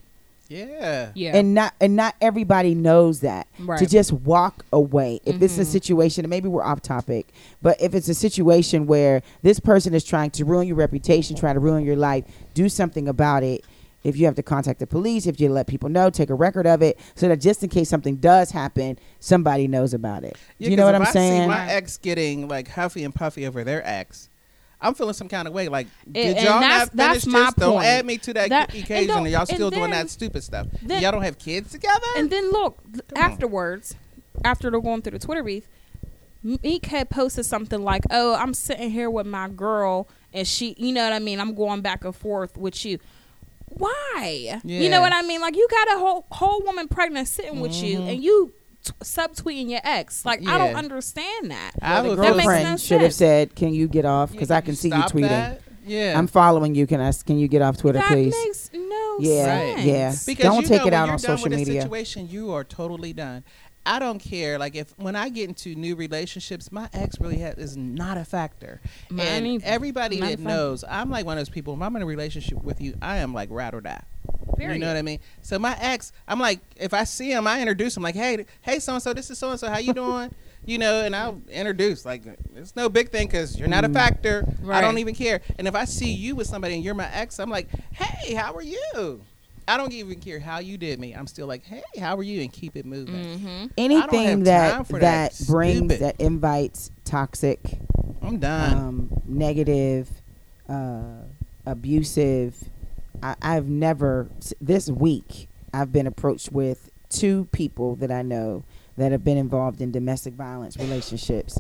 S2: yeah.
S5: Yeah.
S4: and not and not everybody knows that to
S5: Right.
S4: just walk away. If it's
S2: Mm-hmm.
S4: a situation, and maybe we're off topic, but if it's a situation where this person is trying to ruin your reputation, trying to ruin your life, do something about it. If you have to contact the police, if you let people know, take a record of it, so that just in case something does happen, somebody knows about it. Do
S2: Yeah,
S4: you know
S2: 'cause
S4: what
S2: if
S4: I'm
S2: I See
S4: saying?
S2: my ex getting like huffy and puffy over their ex. I'm feeling some kind of way. Like,
S5: and
S2: did y'all
S5: that's-
S2: not finish
S5: that's my
S2: this? Don't
S5: point.
S2: add me to that,
S5: That- and
S2: occasion.
S5: don't-
S2: And, y'all
S5: and
S2: still doing
S5: then-
S2: that stupid stuff.
S5: then-
S2: y'all don't have kids together.
S5: And then look afterwards, after they're going through the Twitter beef, Meek had posted something like, "Oh, I'm sitting here with my girl, and she, you know what I mean. I'm going back and forth with you. Why? You
S2: Yeah.
S5: know what I mean? Like you got a whole whole woman pregnant sitting with you, and you." T- subtweeting your ex like i don't
S2: Yeah.
S5: understand that
S2: I
S4: the
S2: would
S5: That makes
S4: girlfriend
S5: no
S4: should have
S5: sense.
S4: said, "Can you get off? Because I can see you
S2: Stop
S4: tweeting.
S2: that. Yeah.
S4: I'm following you. Can I? Can you get off Twitter,
S5: that
S4: please?
S5: makes no
S4: Yeah,
S5: sense
S4: yeah.
S2: Because
S4: Don't
S2: you
S4: take
S2: know,
S4: it
S2: when
S4: out
S2: you're
S4: on
S2: done
S4: social
S2: with a
S4: media.
S2: Situation, you are totally done. I don't care. Like if when I get into new relationships, my ex really ha is not a factor.
S5: Mine
S2: and
S5: either.
S2: everybody
S5: Not a
S2: that
S5: factor.
S2: knows, I'm like one of those people. If I'm in a relationship with you, I am like ride or die. You
S5: Period.
S2: know what I mean? So my ex, I'm like, if I see him, I introduce him. Like, hey, hey, so and so, this is so and so. How you doing? You know, and I'll introduce. Like, it's no big thing because you're not a factor. I
S5: Mm. Right.
S2: don't even care. And if I see you with somebody and you're my ex, I'm like, hey, how are you? I don't even care how you did me. I'm still like, hey, how are you? And keep it moving.
S5: Mm-hmm.
S4: Anything
S2: have
S4: that
S2: time for
S4: that,
S2: that
S4: brings
S2: stupid.
S4: that invites toxic,
S2: I'm done.
S4: um, negative, uh, abusive. I, I've never s- this week. I've been approached with two people that I know that have been involved in domestic violence relationships.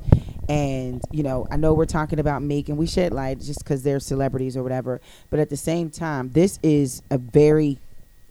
S4: And, you know, I know we're talking about Meek and we shed light just because they're celebrities or whatever. But at the same time, this is a very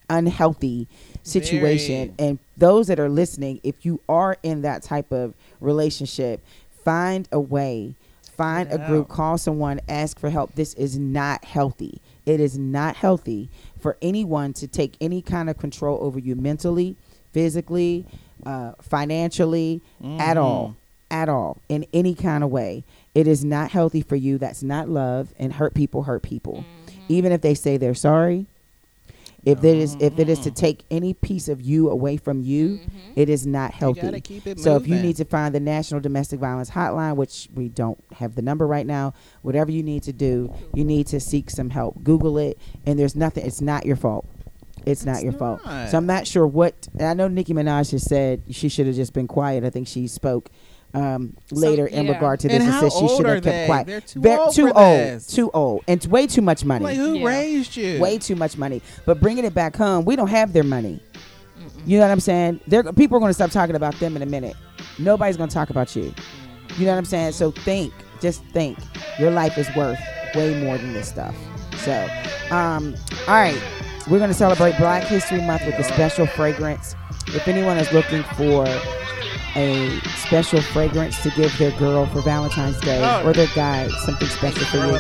S4: unhealthy situation. And those that are listening, if you are in that type of relationship, find a way, find a group, call someone, ask for help. This is not healthy. It is not healthy for anyone to take any kind of control over you mentally, physically, uh, financially, at all. At all, in any kind of way. It is not healthy for you. That's not love. And hurt people hurt people. Even if they say they're sorry, if it is if it is
S2: Mm-hmm.
S4: to take any piece of you away from you, it is not healthy.
S2: gotta keep it
S4: so if you
S2: moving.
S4: need to find the National Domestic Violence Hotline, which we don't have the number right now, whatever you need to do, you need to seek some help. Google it, and there's nothing. It's not your fault. It's not your fault.
S2: not.
S4: So I'm not sure what. and I know Nicki Minaj has said she should have just been quiet. I think she spoke um, later in
S5: yeah.
S4: regard to this
S2: And
S4: and,
S2: how
S4: said she
S2: old
S4: should
S2: are
S4: have kept
S2: they?
S4: quiet.
S2: They're too
S4: Ve-
S2: old
S4: too
S2: for
S4: old,
S2: this.
S4: too old, and way too much money
S2: like, who
S5: Yeah.
S2: raised you?
S4: way too much money. But bringing it back home, we don't have their money. You know what I'm saying? They're, people are going to stop talking about them in a minute. Nobody's going to talk about you. You know what I'm saying? So think, just think. Your life is worth way more than this stuff. So, um, all right, we're going to celebrate Black History Month with a special fragrance. If anyone is looking for a special fragrance to give their girl for Valentine's Day or their guy something special for Oh.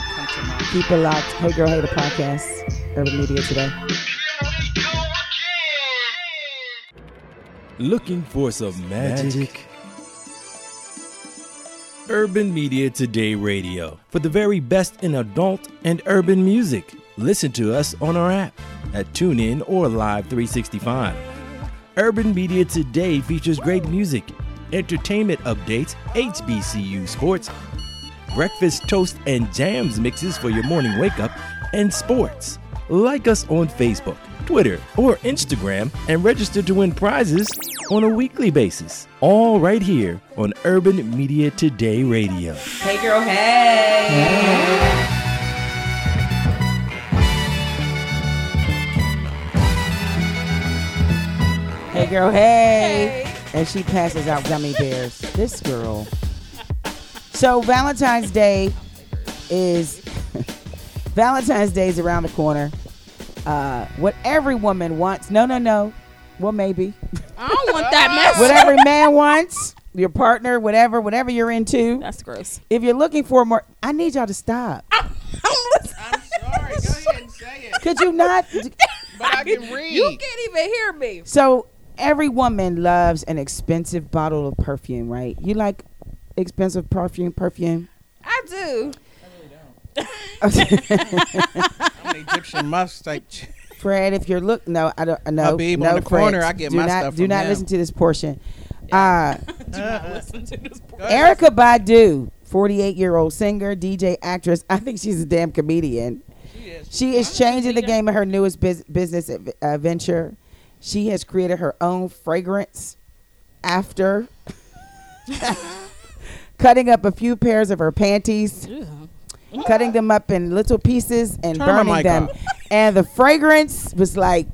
S4: you, keep it locked. Hey Girl Hater Podcast, Urban Media Today.
S6: Looking for some magic? Urban Media Today Radio for the very best in adult and urban music. Listen to us on our app at TuneIn or Live 365. Urban Media Today features great music, entertainment updates, HBCU sports, breakfast toast and jams mixes for your morning wake up, and sports. Like us on Facebook, Twitter, or Instagram and register to win prizes on a weekly basis. All right here on Urban Media Today Radio.
S1: Hey, girl, hey.
S4: Hey girl, hey. And she passes out gummy bears. This girl. So Valentine's Day is Valentine's Day is around the corner. Uh, what every woman wants. No, no, no. Well, maybe.
S5: I don't want that mess.
S4: What every man wants. Your partner, whatever, whatever you're into.
S5: That's gross.
S4: If you're looking for more, I need y'all to stop.
S2: I'm sorry. Go ahead and say it.
S4: Could you not?
S2: But I can read.
S5: You can't even hear me.
S4: So every woman loves an expensive bottle of perfume, right? You like expensive perfume, perfume.
S5: I do.
S2: I'm an Egyptian musk type. ch-
S4: Fred, if you're look, no, I don't. uh, No,
S2: Habib
S4: no,
S2: on the
S4: Fred,
S2: corner, I get
S4: do
S2: my
S4: not,
S2: stuff
S4: Do
S2: from
S4: not
S2: him.
S4: listen to this portion. Uh,
S5: Listen to this. poor-
S4: Erica Badu, 48 year old singer, DJ, actress. I think she's a damn comedian. She is changing the game in her newest bus- business ad- uh, venture. She has created her own fragrance after cutting up a few pairs of her panties, cutting them up in little pieces, and
S2: Turn my
S4: burning
S2: mic
S4: them.
S2: off.
S4: And the fragrance was like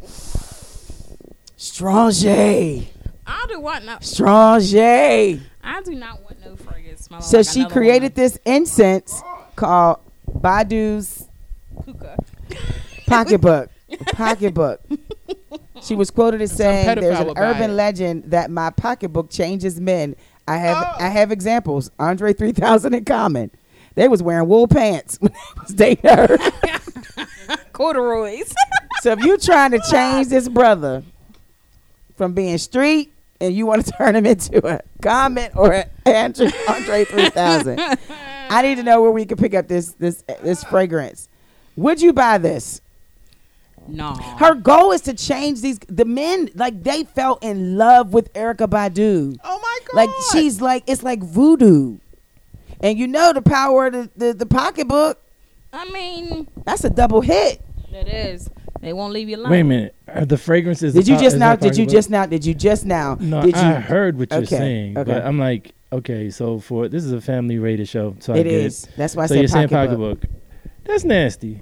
S4: Strange.
S5: I do want no.
S4: Strange.
S5: I do not want no fragrance. Smell
S4: So
S5: like
S4: she
S5: another
S4: created this incense called Badu's
S5: woman. Kuka.
S4: Pocketbook. pocketbook. She was quoted as saying,
S2: pedophile
S4: "There's an
S2: would buy
S4: urban
S2: it."
S4: legend that my pocketbook changes men. I have
S2: Oh.
S4: I have examples. Andre 3000 in common. They was wearing wool pants when they was dating her.
S5: Corduroys.
S4: so if you trying to change this brother from being street and you want to turn him into a comment or an Andre, Andre 3000, I need to know where we can pick up this this this fragrance. Would you buy this?
S5: no.
S4: Her goal is to change these the men like they fell in love with Erica Badu.
S2: Oh my god.
S4: Like she's like it's like voodoo. And you know the power of the, the, the pocketbook,
S5: I mean,
S4: that's a double hit.
S5: that is. They won't leave you alone.
S6: Wait a minute. Uh, The fragrance is.
S4: Did you
S6: about-
S4: just
S6: is
S4: now
S6: about
S4: did you
S6: pocketbook?
S4: just now did you just now
S6: No,
S4: did you
S6: I heard what you're
S4: Okay,
S6: saying,
S4: okay.
S6: but I'm like, okay, so for this is a family rated show, so I
S4: It
S6: get
S4: is.
S6: It.
S4: That's why I
S6: so
S4: said
S6: you're saying
S4: pocketbook.
S6: pocketbook. That's nasty.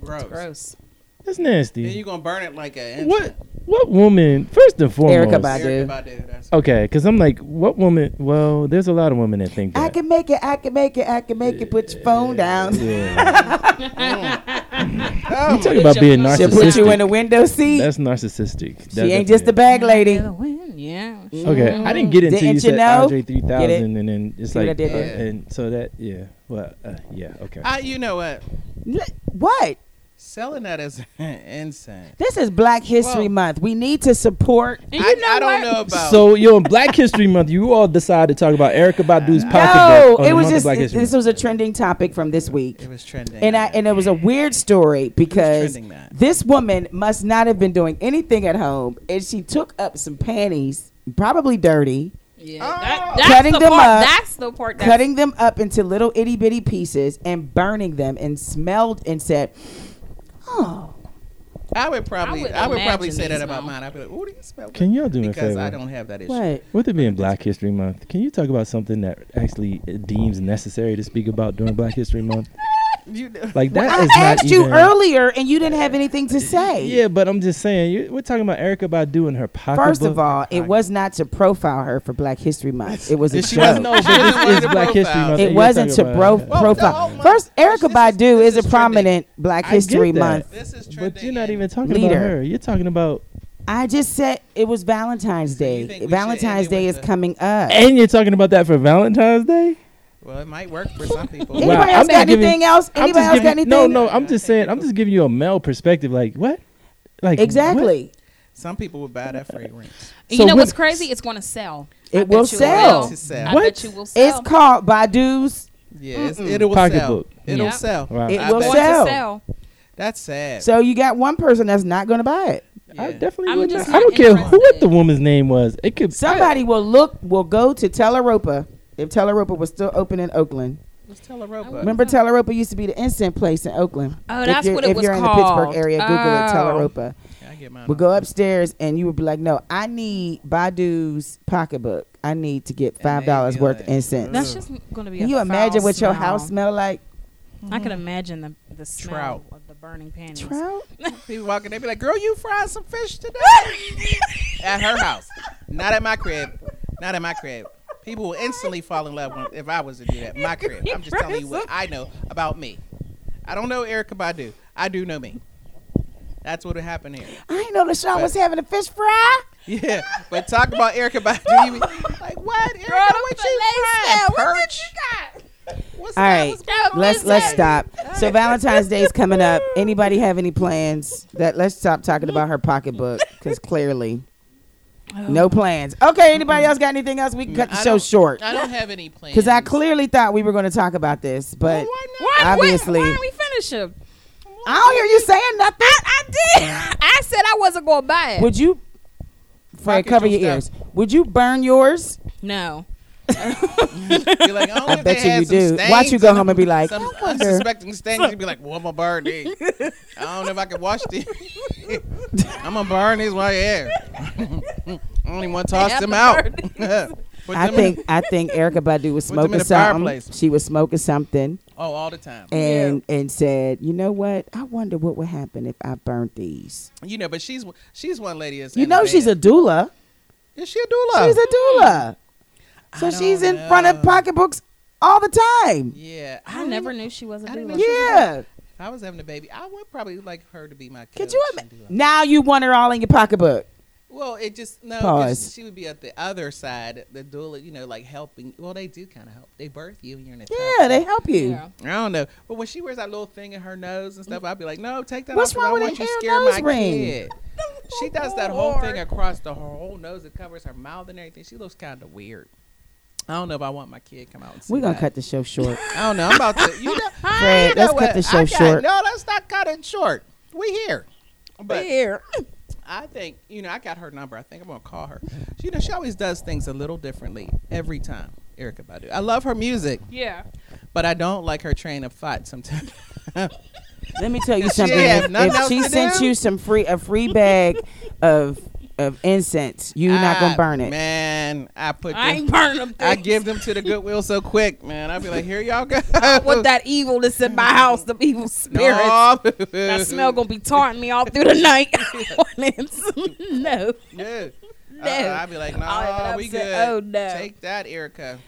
S2: gross.
S5: Gross.
S6: That's
S2: Then
S6: nasty.
S2: you're gonna burn it like a
S6: What? What woman? First and foremost,
S4: Erica Badu.
S2: Erica Badu. That's
S6: Okay, because I'm like, what woman? Well, there's a lot of women that think that.
S4: I can make it, I can make it, I can make it, put your phone down.
S6: yeah.
S2: Oh,
S6: You talk about being
S4: She'll
S6: narcissistic.
S4: put you in the window seat.
S6: That's narcissistic.
S4: she ain't just a bag lady.
S5: The wind, yeah.
S6: Okay, I didn't get into
S4: Didn't
S6: you
S4: you
S6: said
S4: know?
S6: Andre 3000, and then it's
S4: See what I
S6: like,
S4: did
S6: uh,
S4: there?
S6: and so that, yeah, well, uh, yeah, okay.
S2: I, you know what?
S4: What?
S2: Selling that as incense.
S4: This is Black History
S2: Well-
S4: Month. We need to support.
S5: And
S2: I,
S5: you know
S2: I don't
S5: what?
S2: know about.
S6: So yo, in Black History Month, you all decided to talk about Erica Badu's
S4: No,
S6: pocketbook. on
S4: it
S6: Oh, the
S4: was
S6: month of
S4: just
S6: Black History
S4: this
S6: Month.
S4: was a trending topic from this week,
S2: it was trending.
S4: and I and it was a weird story because
S2: trending that.
S4: this woman must not have been doing anything at home, and she took up some panties, probably dirty,
S5: Yeah, that, that's
S4: Cutting
S5: the
S4: them
S5: part.
S4: up.
S5: That's the part. That's
S4: cutting them up into little itty bitty pieces and burning them, and smelled and said, "Oh,
S2: I would probably,
S5: I
S2: I
S5: would
S2: would, probably
S5: imagine
S2: say
S5: these
S2: that about
S5: now.
S2: mine. I'd be like, "Ooh, do you smell?"
S6: Can
S2: good?"
S6: y'all do me a
S2: Because I
S6: favor?
S2: don't have that issue.
S4: what?
S6: With it being Black History Month, can you talk about something that actually it deems necessary to speak about during Black History Month?
S2: You know,
S6: Like that is
S4: I
S6: not
S4: asked you
S6: even-
S4: earlier and you didn't have anything to say.
S6: Yeah, but I'm just saying you, we're talking about Erica Badu and her pocketbook.
S4: First of all, it was not to profile her for Black History Month. It was a
S2: She wasn't-
S4: joke.
S2: no, she didn't want
S6: it's
S2: to
S6: Black History
S2: profile.
S6: Month.
S4: It
S6: You're
S4: wasn't to
S6: talking
S4: bro-
S6: about-
S2: Well,
S4: profile.
S2: no,
S4: First,
S2: oh, this
S4: Erica
S2: is-
S4: Badu is
S2: this
S4: a
S2: is trendy.
S4: prominent Black
S6: I get
S4: History
S6: that.
S4: Month.
S2: This is trending.
S6: But you're not even talking
S4: Leader.
S6: about her. You're talking about
S4: I just said it was Valentine's
S2: you think we
S4: Day.
S2: should end
S4: Valentine's
S2: it
S4: Day
S2: with
S4: is
S2: the-
S4: coming up.
S6: and you're talking about that for Valentine's Day.
S2: Well, it might work for some people.
S4: Anybody else
S6: I'm not
S4: got
S6: giving-
S4: anything else?
S6: I'm
S4: Anybody
S6: just
S4: else
S6: giving,
S4: got anything?
S6: No, no. I'm just saying. I'm just giving you a male perspective. Like what? Like what?
S4: Exactly.
S2: Some people would buy that fragrance.
S6: So
S5: you know what's
S6: what-
S5: crazy? It's going to sell.
S4: It
S5: I
S4: will
S5: bet you
S4: sell.
S2: To sell.
S5: I
S6: What?
S5: bet you will
S4: It's
S5: sell.
S4: called Badu's.
S2: Yes, it will sell.
S6: Pocketbook.
S2: It'll
S5: Yeah.
S2: sell.
S6: Wow.
S4: It
S2: I
S4: will
S2: bet.
S5: going
S4: sell.
S5: to sell.
S2: That's sad.
S4: So you got one person that's not going to buy it.
S6: I
S2: Yeah.
S6: definitely.
S5: I'm
S6: would
S5: just
S6: not- I
S5: not
S6: don't care who what
S5: interested.
S6: the woman's name was. It could
S4: Somebody will look, will go to Teleropa. If Teleropa was still open in Oakland,
S2: Let's tell her robot.
S4: remember Teleropa used to be the instant place in Oakland.
S5: Mm-hmm. Oh,
S4: If
S5: that's
S4: you're-
S5: what it
S4: if
S5: was
S4: you're in the
S5: called.
S4: Pittsburgh area, Google it,
S5: Oh.
S4: Teleropa.
S2: Yeah, I get mine
S4: We'll
S2: off.
S4: go upstairs and you would be like, no, I need Badu's pocketbook. I need to get
S2: And they'd
S4: five dollars
S2: be
S4: worth
S2: like,
S4: of incense.
S5: That's just going to be.
S4: Can
S5: a
S4: you
S5: foul
S4: imagine what your
S5: smell.
S4: house smell like?
S5: I can imagine the the smell
S2: Trout.
S5: of the burning panties.
S4: Trout?
S2: People walking, they be like, "Girl, you fried some fish today." at her house, not at my crib, not at my crib. People will instantly fall in love when, if I was to do that. My crib. I'm just telling you what I know about me. I don't know Erica Badu. I do know me. That's what would happen here.
S4: I didn't know Deshaun was having a fish fry.
S2: Yeah, but talk about Erica Badu. You be like what? Erica, what you frying? Perch? What's
S4: All
S2: that?
S4: right,
S2: What's going on?
S4: let's let's stop. So Valentine's Day is coming up. Anybody have any plans? That let's stop talking about her pocketbook because clearly, no plans. Okay, anybody else got anything else? We can cut the
S2: Oh. I
S4: show
S2: don't-
S4: short
S2: I don't have any plans.
S4: because I clearly thought we were going to talk about this, but
S5: Why,
S4: Obviously.
S5: Why, why didn't we finish it?
S4: I don't hear you saying nothing.
S5: I did. I said I wasn't going to buy it.
S4: Would you, Fred,
S2: Pocket
S4: cover
S2: your
S4: your ears?
S2: stuff.
S4: Would you burn yours?
S5: no.
S2: You're like, oh,
S4: I bet you you do. Watch you go home and be like,
S2: some
S4: I wonder.
S2: unsuspecting stains. You'd be like, well, I'm gonna burn these. I don't know if I can wash these. I'm gonna burn these while you're here. I don't even want to toss
S5: have
S2: them
S5: to
S2: out.
S5: burn
S2: Put
S4: I
S2: them in-
S4: think I think Erica Badu was
S2: Put them
S4: smoking
S2: in the
S4: something.
S2: fireplace.
S4: She was smoking something.
S2: oh, all the time.
S4: and and said, you know what? I wonder what would happen if I burnt these.
S2: You know, but she's she's one lady. That's
S4: You know, she's a doula.
S2: is she a doula?
S4: She's a doula,
S2: I
S4: so she's
S2: don't
S4: in front of
S2: know.
S4: pocketbooks all the time.
S2: Yeah,
S5: I never knew she was a
S2: I didn't
S5: doula.
S2: know she-
S4: Yeah,
S2: If I was having a baby, I would probably like her to be my. Coach
S4: could you
S2: and
S4: imagine?
S2: doula.
S4: Now you want her all in your pocketbook.
S2: Well, it just no. 'cause
S4: Pause.
S2: She would be at the other side, the doula. You know, like helping. Well, they do kind of help. They birth you, and you're in the
S4: Yeah,
S2: tub.
S4: they help you.
S5: Yeah.
S2: I don't know. But when she wears that little thing in her nose and stuff, I'd be like, no, take that
S4: What's
S2: off. 'cause
S4: wrong
S2: I
S4: with
S2: want
S4: the
S2: you to
S4: hell
S2: scare
S4: nose
S2: my
S4: ring? Oh,
S2: kid. She does that whole thing across the her whole nose. It covers her mouth and everything. She looks kind of weird. I don't know if I want my kid to come out and see
S4: We're gonna
S2: that.
S4: cut the show short.
S2: I don't know. I'm about to. You know,
S4: Fred,
S2: you know
S4: let's cut
S2: what?
S4: the show
S2: I
S4: short.
S2: No, let's not cut it short. We here. But here. I think you know. I got her number. I think I'm gonna call her. You know, she always does things a little differently every time. Erica Badu. I love her music,
S5: Yeah.
S2: but I don't like her train of thought sometimes.
S4: Let me tell you
S2: She
S4: something.
S2: have
S4: If,
S2: nothing
S4: if
S2: else
S4: she
S2: to
S4: sent
S2: do?
S4: you some free a free bag of of incense, you're not
S2: I-
S4: gonna burn it.
S2: Ah, Man, I put
S5: I
S2: them,
S5: ain't burning them
S2: I
S5: things.
S2: give them to the Goodwill so quick, man. I'd be like, here y'all go.
S5: with that evil that's in my house, the evil spirit. That smell gonna be taunting me all through the night. no.
S2: Yeah. Uh,
S5: No.
S2: I'd be like,
S5: I'll
S2: nah,
S5: even
S2: we
S5: upset.
S2: good.
S5: Oh, no.
S2: Take that, Erica.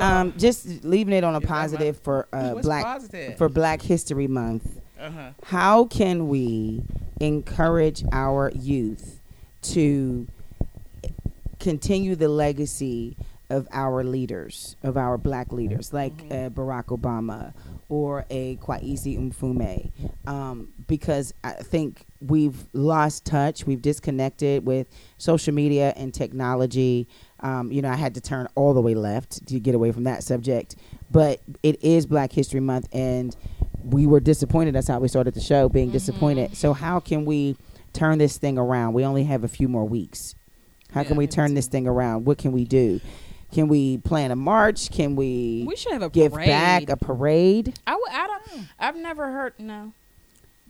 S4: Um, just leaving it on a
S2: that my-
S4: positive for uh,
S2: What's
S4: black
S2: positive?
S4: for Black History Month.
S2: Uh-huh.
S4: how can we encourage our youth to continue the legacy of our leaders, of our black leaders, like uh, Barack Obama or a Kwesi Mfume, um, because I think we've lost touch, we've disconnected with social media and technology. Um, you know, I had to turn all the way left to get away from that subject, but it is Black History Month, and we were disappointed. That's how we started the show, being disappointed. So how can we turn this thing around? We only have a few more weeks. How can we turn this thing around? What can we do? Can we plan a march? Can we,
S5: We should have a
S4: give
S5: parade.
S4: back a parade?
S5: I would. I don't. I've never heard. No.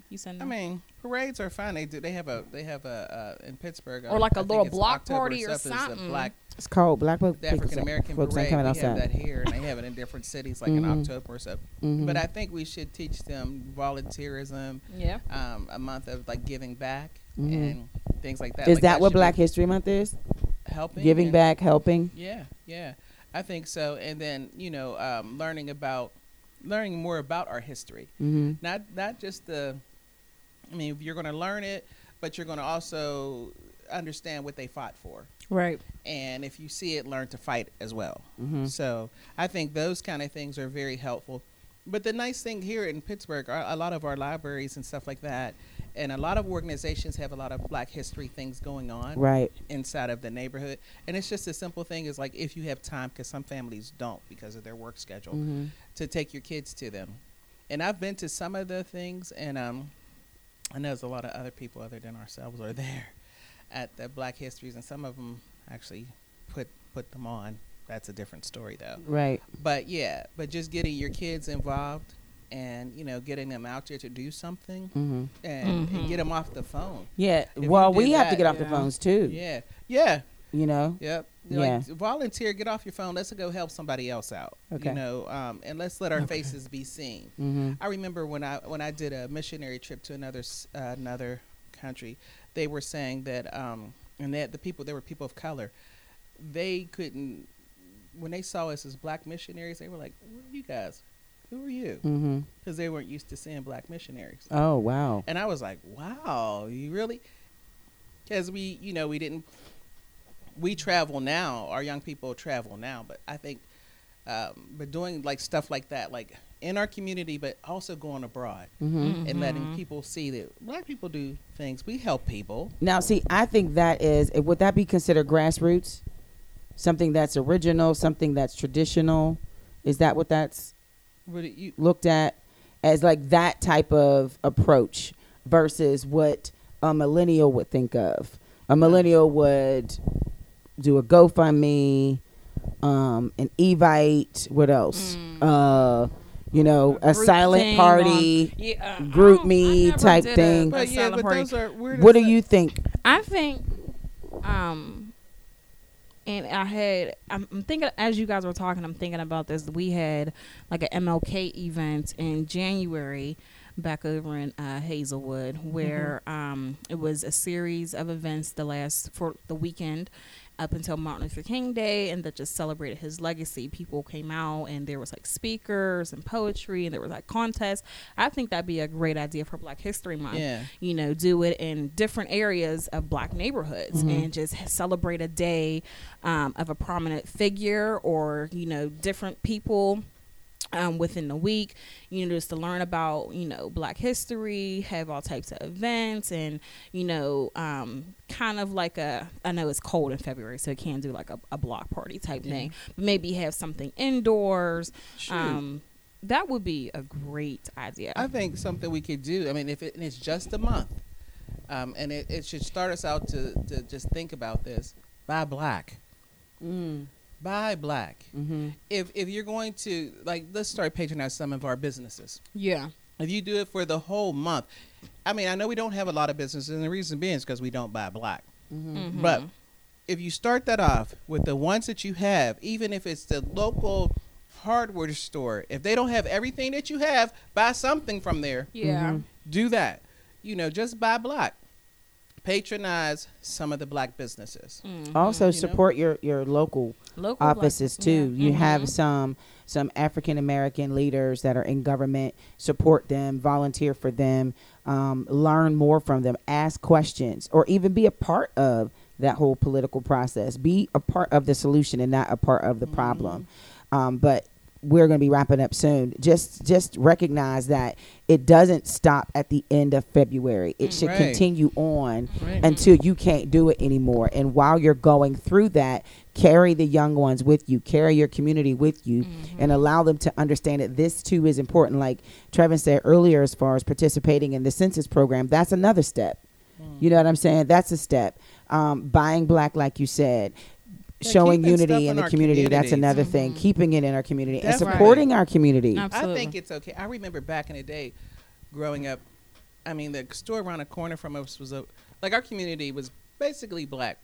S5: You send
S2: I
S5: them.
S2: mean, parades are fun. They do. They have a. They have a uh, in Pittsburgh.
S5: Or like
S2: a
S5: a little block party or something.
S2: black
S4: It's called Black Folk
S2: African American
S4: Folks
S2: parade.
S4: ain't
S2: We
S4: coming
S2: have that
S4: outside.
S2: here, and they have it in different cities, like in
S4: Mhm.
S2: October or so.
S4: Mhm.
S2: But I think we should teach them volunteerism,
S5: yeah.
S2: um, a month of like giving back
S4: Mhm.
S2: and things like that.
S4: Is
S2: Like,
S4: that what
S2: should be
S4: Black History Month is?
S2: helping
S4: Giving
S2: and-
S4: back, helping.
S2: Yeah, yeah, I think so. And then you know, um, learning about learning more about our history.
S4: Mm-hmm.
S2: not not just the i mean you're going to learn it but you're going to also understand what they fought for
S5: Right.
S2: and if you see it learn to fight as well
S4: Mhm.
S2: so i think those kind of things are very helpful but the nice thing here in pittsburgh are a lot of our libraries and stuff like that and a lot of organizations have a lot of black history things going on
S4: Right.
S2: inside of the neighborhood and it's just a simple thing is like if you have time because some families don't because of their work schedule
S4: Mm-hmm.
S2: to take your kids to them. And I've been to some of the things, and um, I know there's a lot of other people other than ourselves are there at the Black Histories, and some of them actually put put them on. That's a different story though.
S4: Right.
S2: But yeah, but just getting your kids involved and you know getting them out there to do something
S4: Mm-hmm.
S2: and, and get them off the phone.
S4: Yeah.
S2: If
S4: well,
S2: you
S4: we
S2: did
S4: have to
S2: that,
S4: get off the
S5: yeah.
S4: phones too.
S2: Yeah, yeah,
S4: You know.
S2: Yep.
S4: Yeah.
S2: Like, volunteer, get off your phone. Let's go help somebody else out.
S4: Okay.
S2: You know, um, and let's let our faces be seen.
S4: Mm-hmm.
S2: I remember when I when I did a missionary trip to another s- uh, another country, they were saying that um, and that the people there were people of color, they couldn't when they saw us as black missionaries, they were like, "Who are you guys? Who are you?"
S4: Mm-hmm.
S2: Because they weren't used to seeing black missionaries.
S4: Oh wow.
S2: And I was like, wow, you really? Because we, you know, we didn't, we travel now, our young people travel now, but I think, um, but doing like stuff like that, like in our community, but also going abroad
S4: Mm-hmm.
S2: and letting people see that black people do things. We help people.
S4: Now, see, I think that is would that be considered grassroots? Something that's original, something that's traditional. Is that what that's
S2: What do you,
S4: looked at as like that type of approach versus what a millennial would think of? A millennial would do a GoFundMe, um, an Evite. What else? Uh, you know, a
S5: Group
S4: silent
S5: thing
S4: party.
S5: on- yeah, uh,
S4: group
S5: I don't-
S4: me
S5: I never
S4: type
S5: did a-
S4: thing.
S5: a
S4: But
S2: but yeah,
S5: silent
S2: but
S5: party.
S2: those are, where
S4: What do
S2: does that-
S4: you think?
S5: I think, um, and I had, I'm, I'm thinking, as you guys were talking, I'm thinking about this. We had like an MLK event in January back over in uh, Hazelwood where um, it was a series of events the last for the weekend up until Martin Luther King Day and that just celebrated his legacy. People came out and there was like speakers and poetry and there was like contests. I think that'd be a great idea for Black History Month
S2: Yeah.
S5: you know, do it in different areas of black neighborhoods and just h- celebrate a day um, of a prominent figure or, you know, different people. Um, within the week, you know, just to learn about, you know, black history, have all types of events and, you know, um, kind of like a, I know it's cold in February, so it can do like a, a block party type thing, but maybe have something indoors.
S2: Shoot.
S5: Um, that would be a great idea.
S2: I think something we could do. I mean, if it, and it's just a month, um, and it, it should start us out to, to just think about this. Buy black. Buy black. If if you're going to like, let's start patronizing some of our businesses.
S5: yeah.
S2: If you do it for the whole month, I mean, I know we don't have a lot of businesses, and the reason being is because we don't buy black. But if you start that off with the ones that you have, even if it's the local hardware store, if they don't have everything that you have, buy something from there
S5: Yeah.
S2: do that. You know, just buy black. Patronize some of the black businesses.
S4: Also,
S2: know?
S4: support your your local
S5: Local
S4: offices
S5: black-
S4: too.
S5: yeah.
S4: You
S5: Mhm.
S4: have some some African American leaders that are in government. Support them, volunteer for them, um, learn more from them, ask questions, or even be a part of that whole political process. Be a part of the solution and not a part of the
S5: Mm-hmm.
S4: problem. Um, but we're going to be wrapping up soon. Just just recognize that it doesn't stop at the end of February. It
S5: Mm,
S4: should
S2: Right.
S4: continue on
S2: Right.
S4: until you can't do it anymore. And while you're going through that, carry the young ones with you, carry your community with you, and allow them to understand that this too is important. Like Trevin said earlier, as far as participating in the census program, that's another step. You know what I'm saying? That's a step. Um, buying black, like you said.
S2: Yeah,
S4: Showing
S2: keeping stuff
S4: unity in
S2: in
S4: the
S2: our
S4: community, that's
S2: communities.
S4: another thing. Keeping it in our community and
S2: Definitely.
S4: supporting our community.
S5: Absolutely.
S2: I think it's okay. I remember back in the day growing up I mean, the store around the corner from us was a like our community was basically black,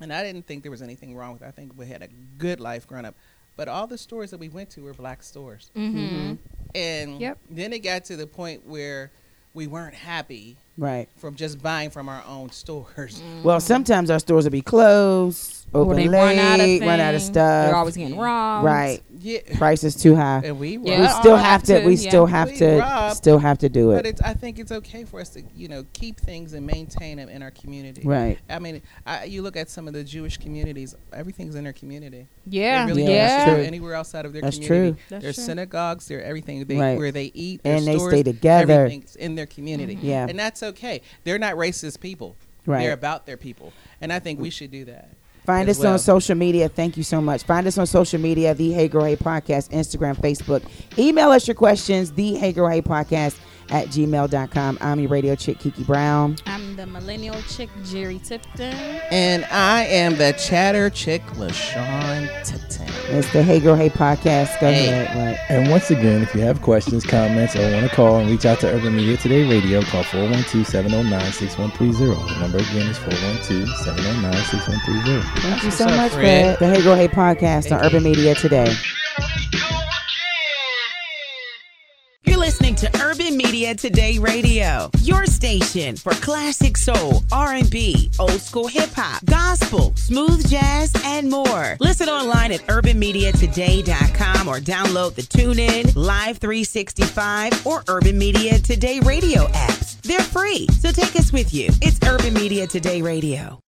S2: and I didn't think there was anything wrong with. It. I think we had a good life growing up, but all the stores that we went to were black stores,
S5: Mm-hmm.
S2: and
S5: Yep.
S2: then it got to the point where we weren't happy
S4: Right.
S2: from just buying from our own stores.
S5: Mm.
S4: Well, sometimes our stores will be closed, open
S5: Or they
S4: late,
S5: run out of
S4: run out of
S5: things.
S4: stuff.
S5: They're always getting robbed.
S4: right.
S2: Yeah,
S4: Price is too high.
S2: and we were.
S5: Um, Yeah.
S4: We
S5: all
S4: still
S5: that
S4: have to.
S5: too,
S4: We
S5: yeah.
S4: still have
S2: We
S4: to.
S2: robbed,
S4: still have to do
S2: But
S4: it.
S2: it's, I think it's okay for us to, you know, keep things and maintain them in our community.
S4: Right.
S2: I mean, I, you look at some of the Jewish communities; everything's in their community.
S5: Yeah.
S2: They really
S4: Yeah,
S2: don't
S5: yeah.
S2: have
S4: that's
S2: to go
S4: true.
S2: anywhere else out of their
S4: That's
S2: community.
S4: true.
S5: That's
S2: Their
S5: true.
S2: synagogues, their everything, they,
S4: Right.
S2: where they eat, their
S4: And they stay
S2: stores,
S4: together.
S2: Everything's in their community.
S5: Mm-hmm.
S4: Yeah.
S2: and that's okay. They're not racist people.
S4: Right.
S2: They're about their people, and I think we should do that.
S4: Find
S2: as
S4: us
S2: well.
S4: on social media. Thank you so much. Find us on social media, the Hey Girl Hey Podcast, Instagram, Facebook. Email us your questions, the Hey Girl Hey Podcast at gmail.com. I'm your radio chick, Kiki Brown.
S5: I'm the millennial chick, Jerry Tipton.
S2: And I am the chatter chick, LaShawn Titan.
S4: It's the Hey Girl Hey Podcast. Go
S2: Hey.
S4: ahead. Right.
S6: And once again, if you have questions, comments, or want to call and reach out to Urban Media Today Radio, call 412 709 6130. The number again is 412 709 6130.
S4: Thank you
S2: That's
S4: so
S2: what's up,
S4: much, Fred.
S2: Fred.
S4: The Hey Girl Hey Podcast on Urban Media today.
S7: You're listening to Urban Media Today Radio, your station for classic soul, R&B, old school hip hop, gospel, smooth jazz, and more. Listen online at urbanmediatoday.com or download the TuneIn, Live 365, or Urban Media Today Radio apps. They're free, so take us with you. It's Urban Media Today Radio.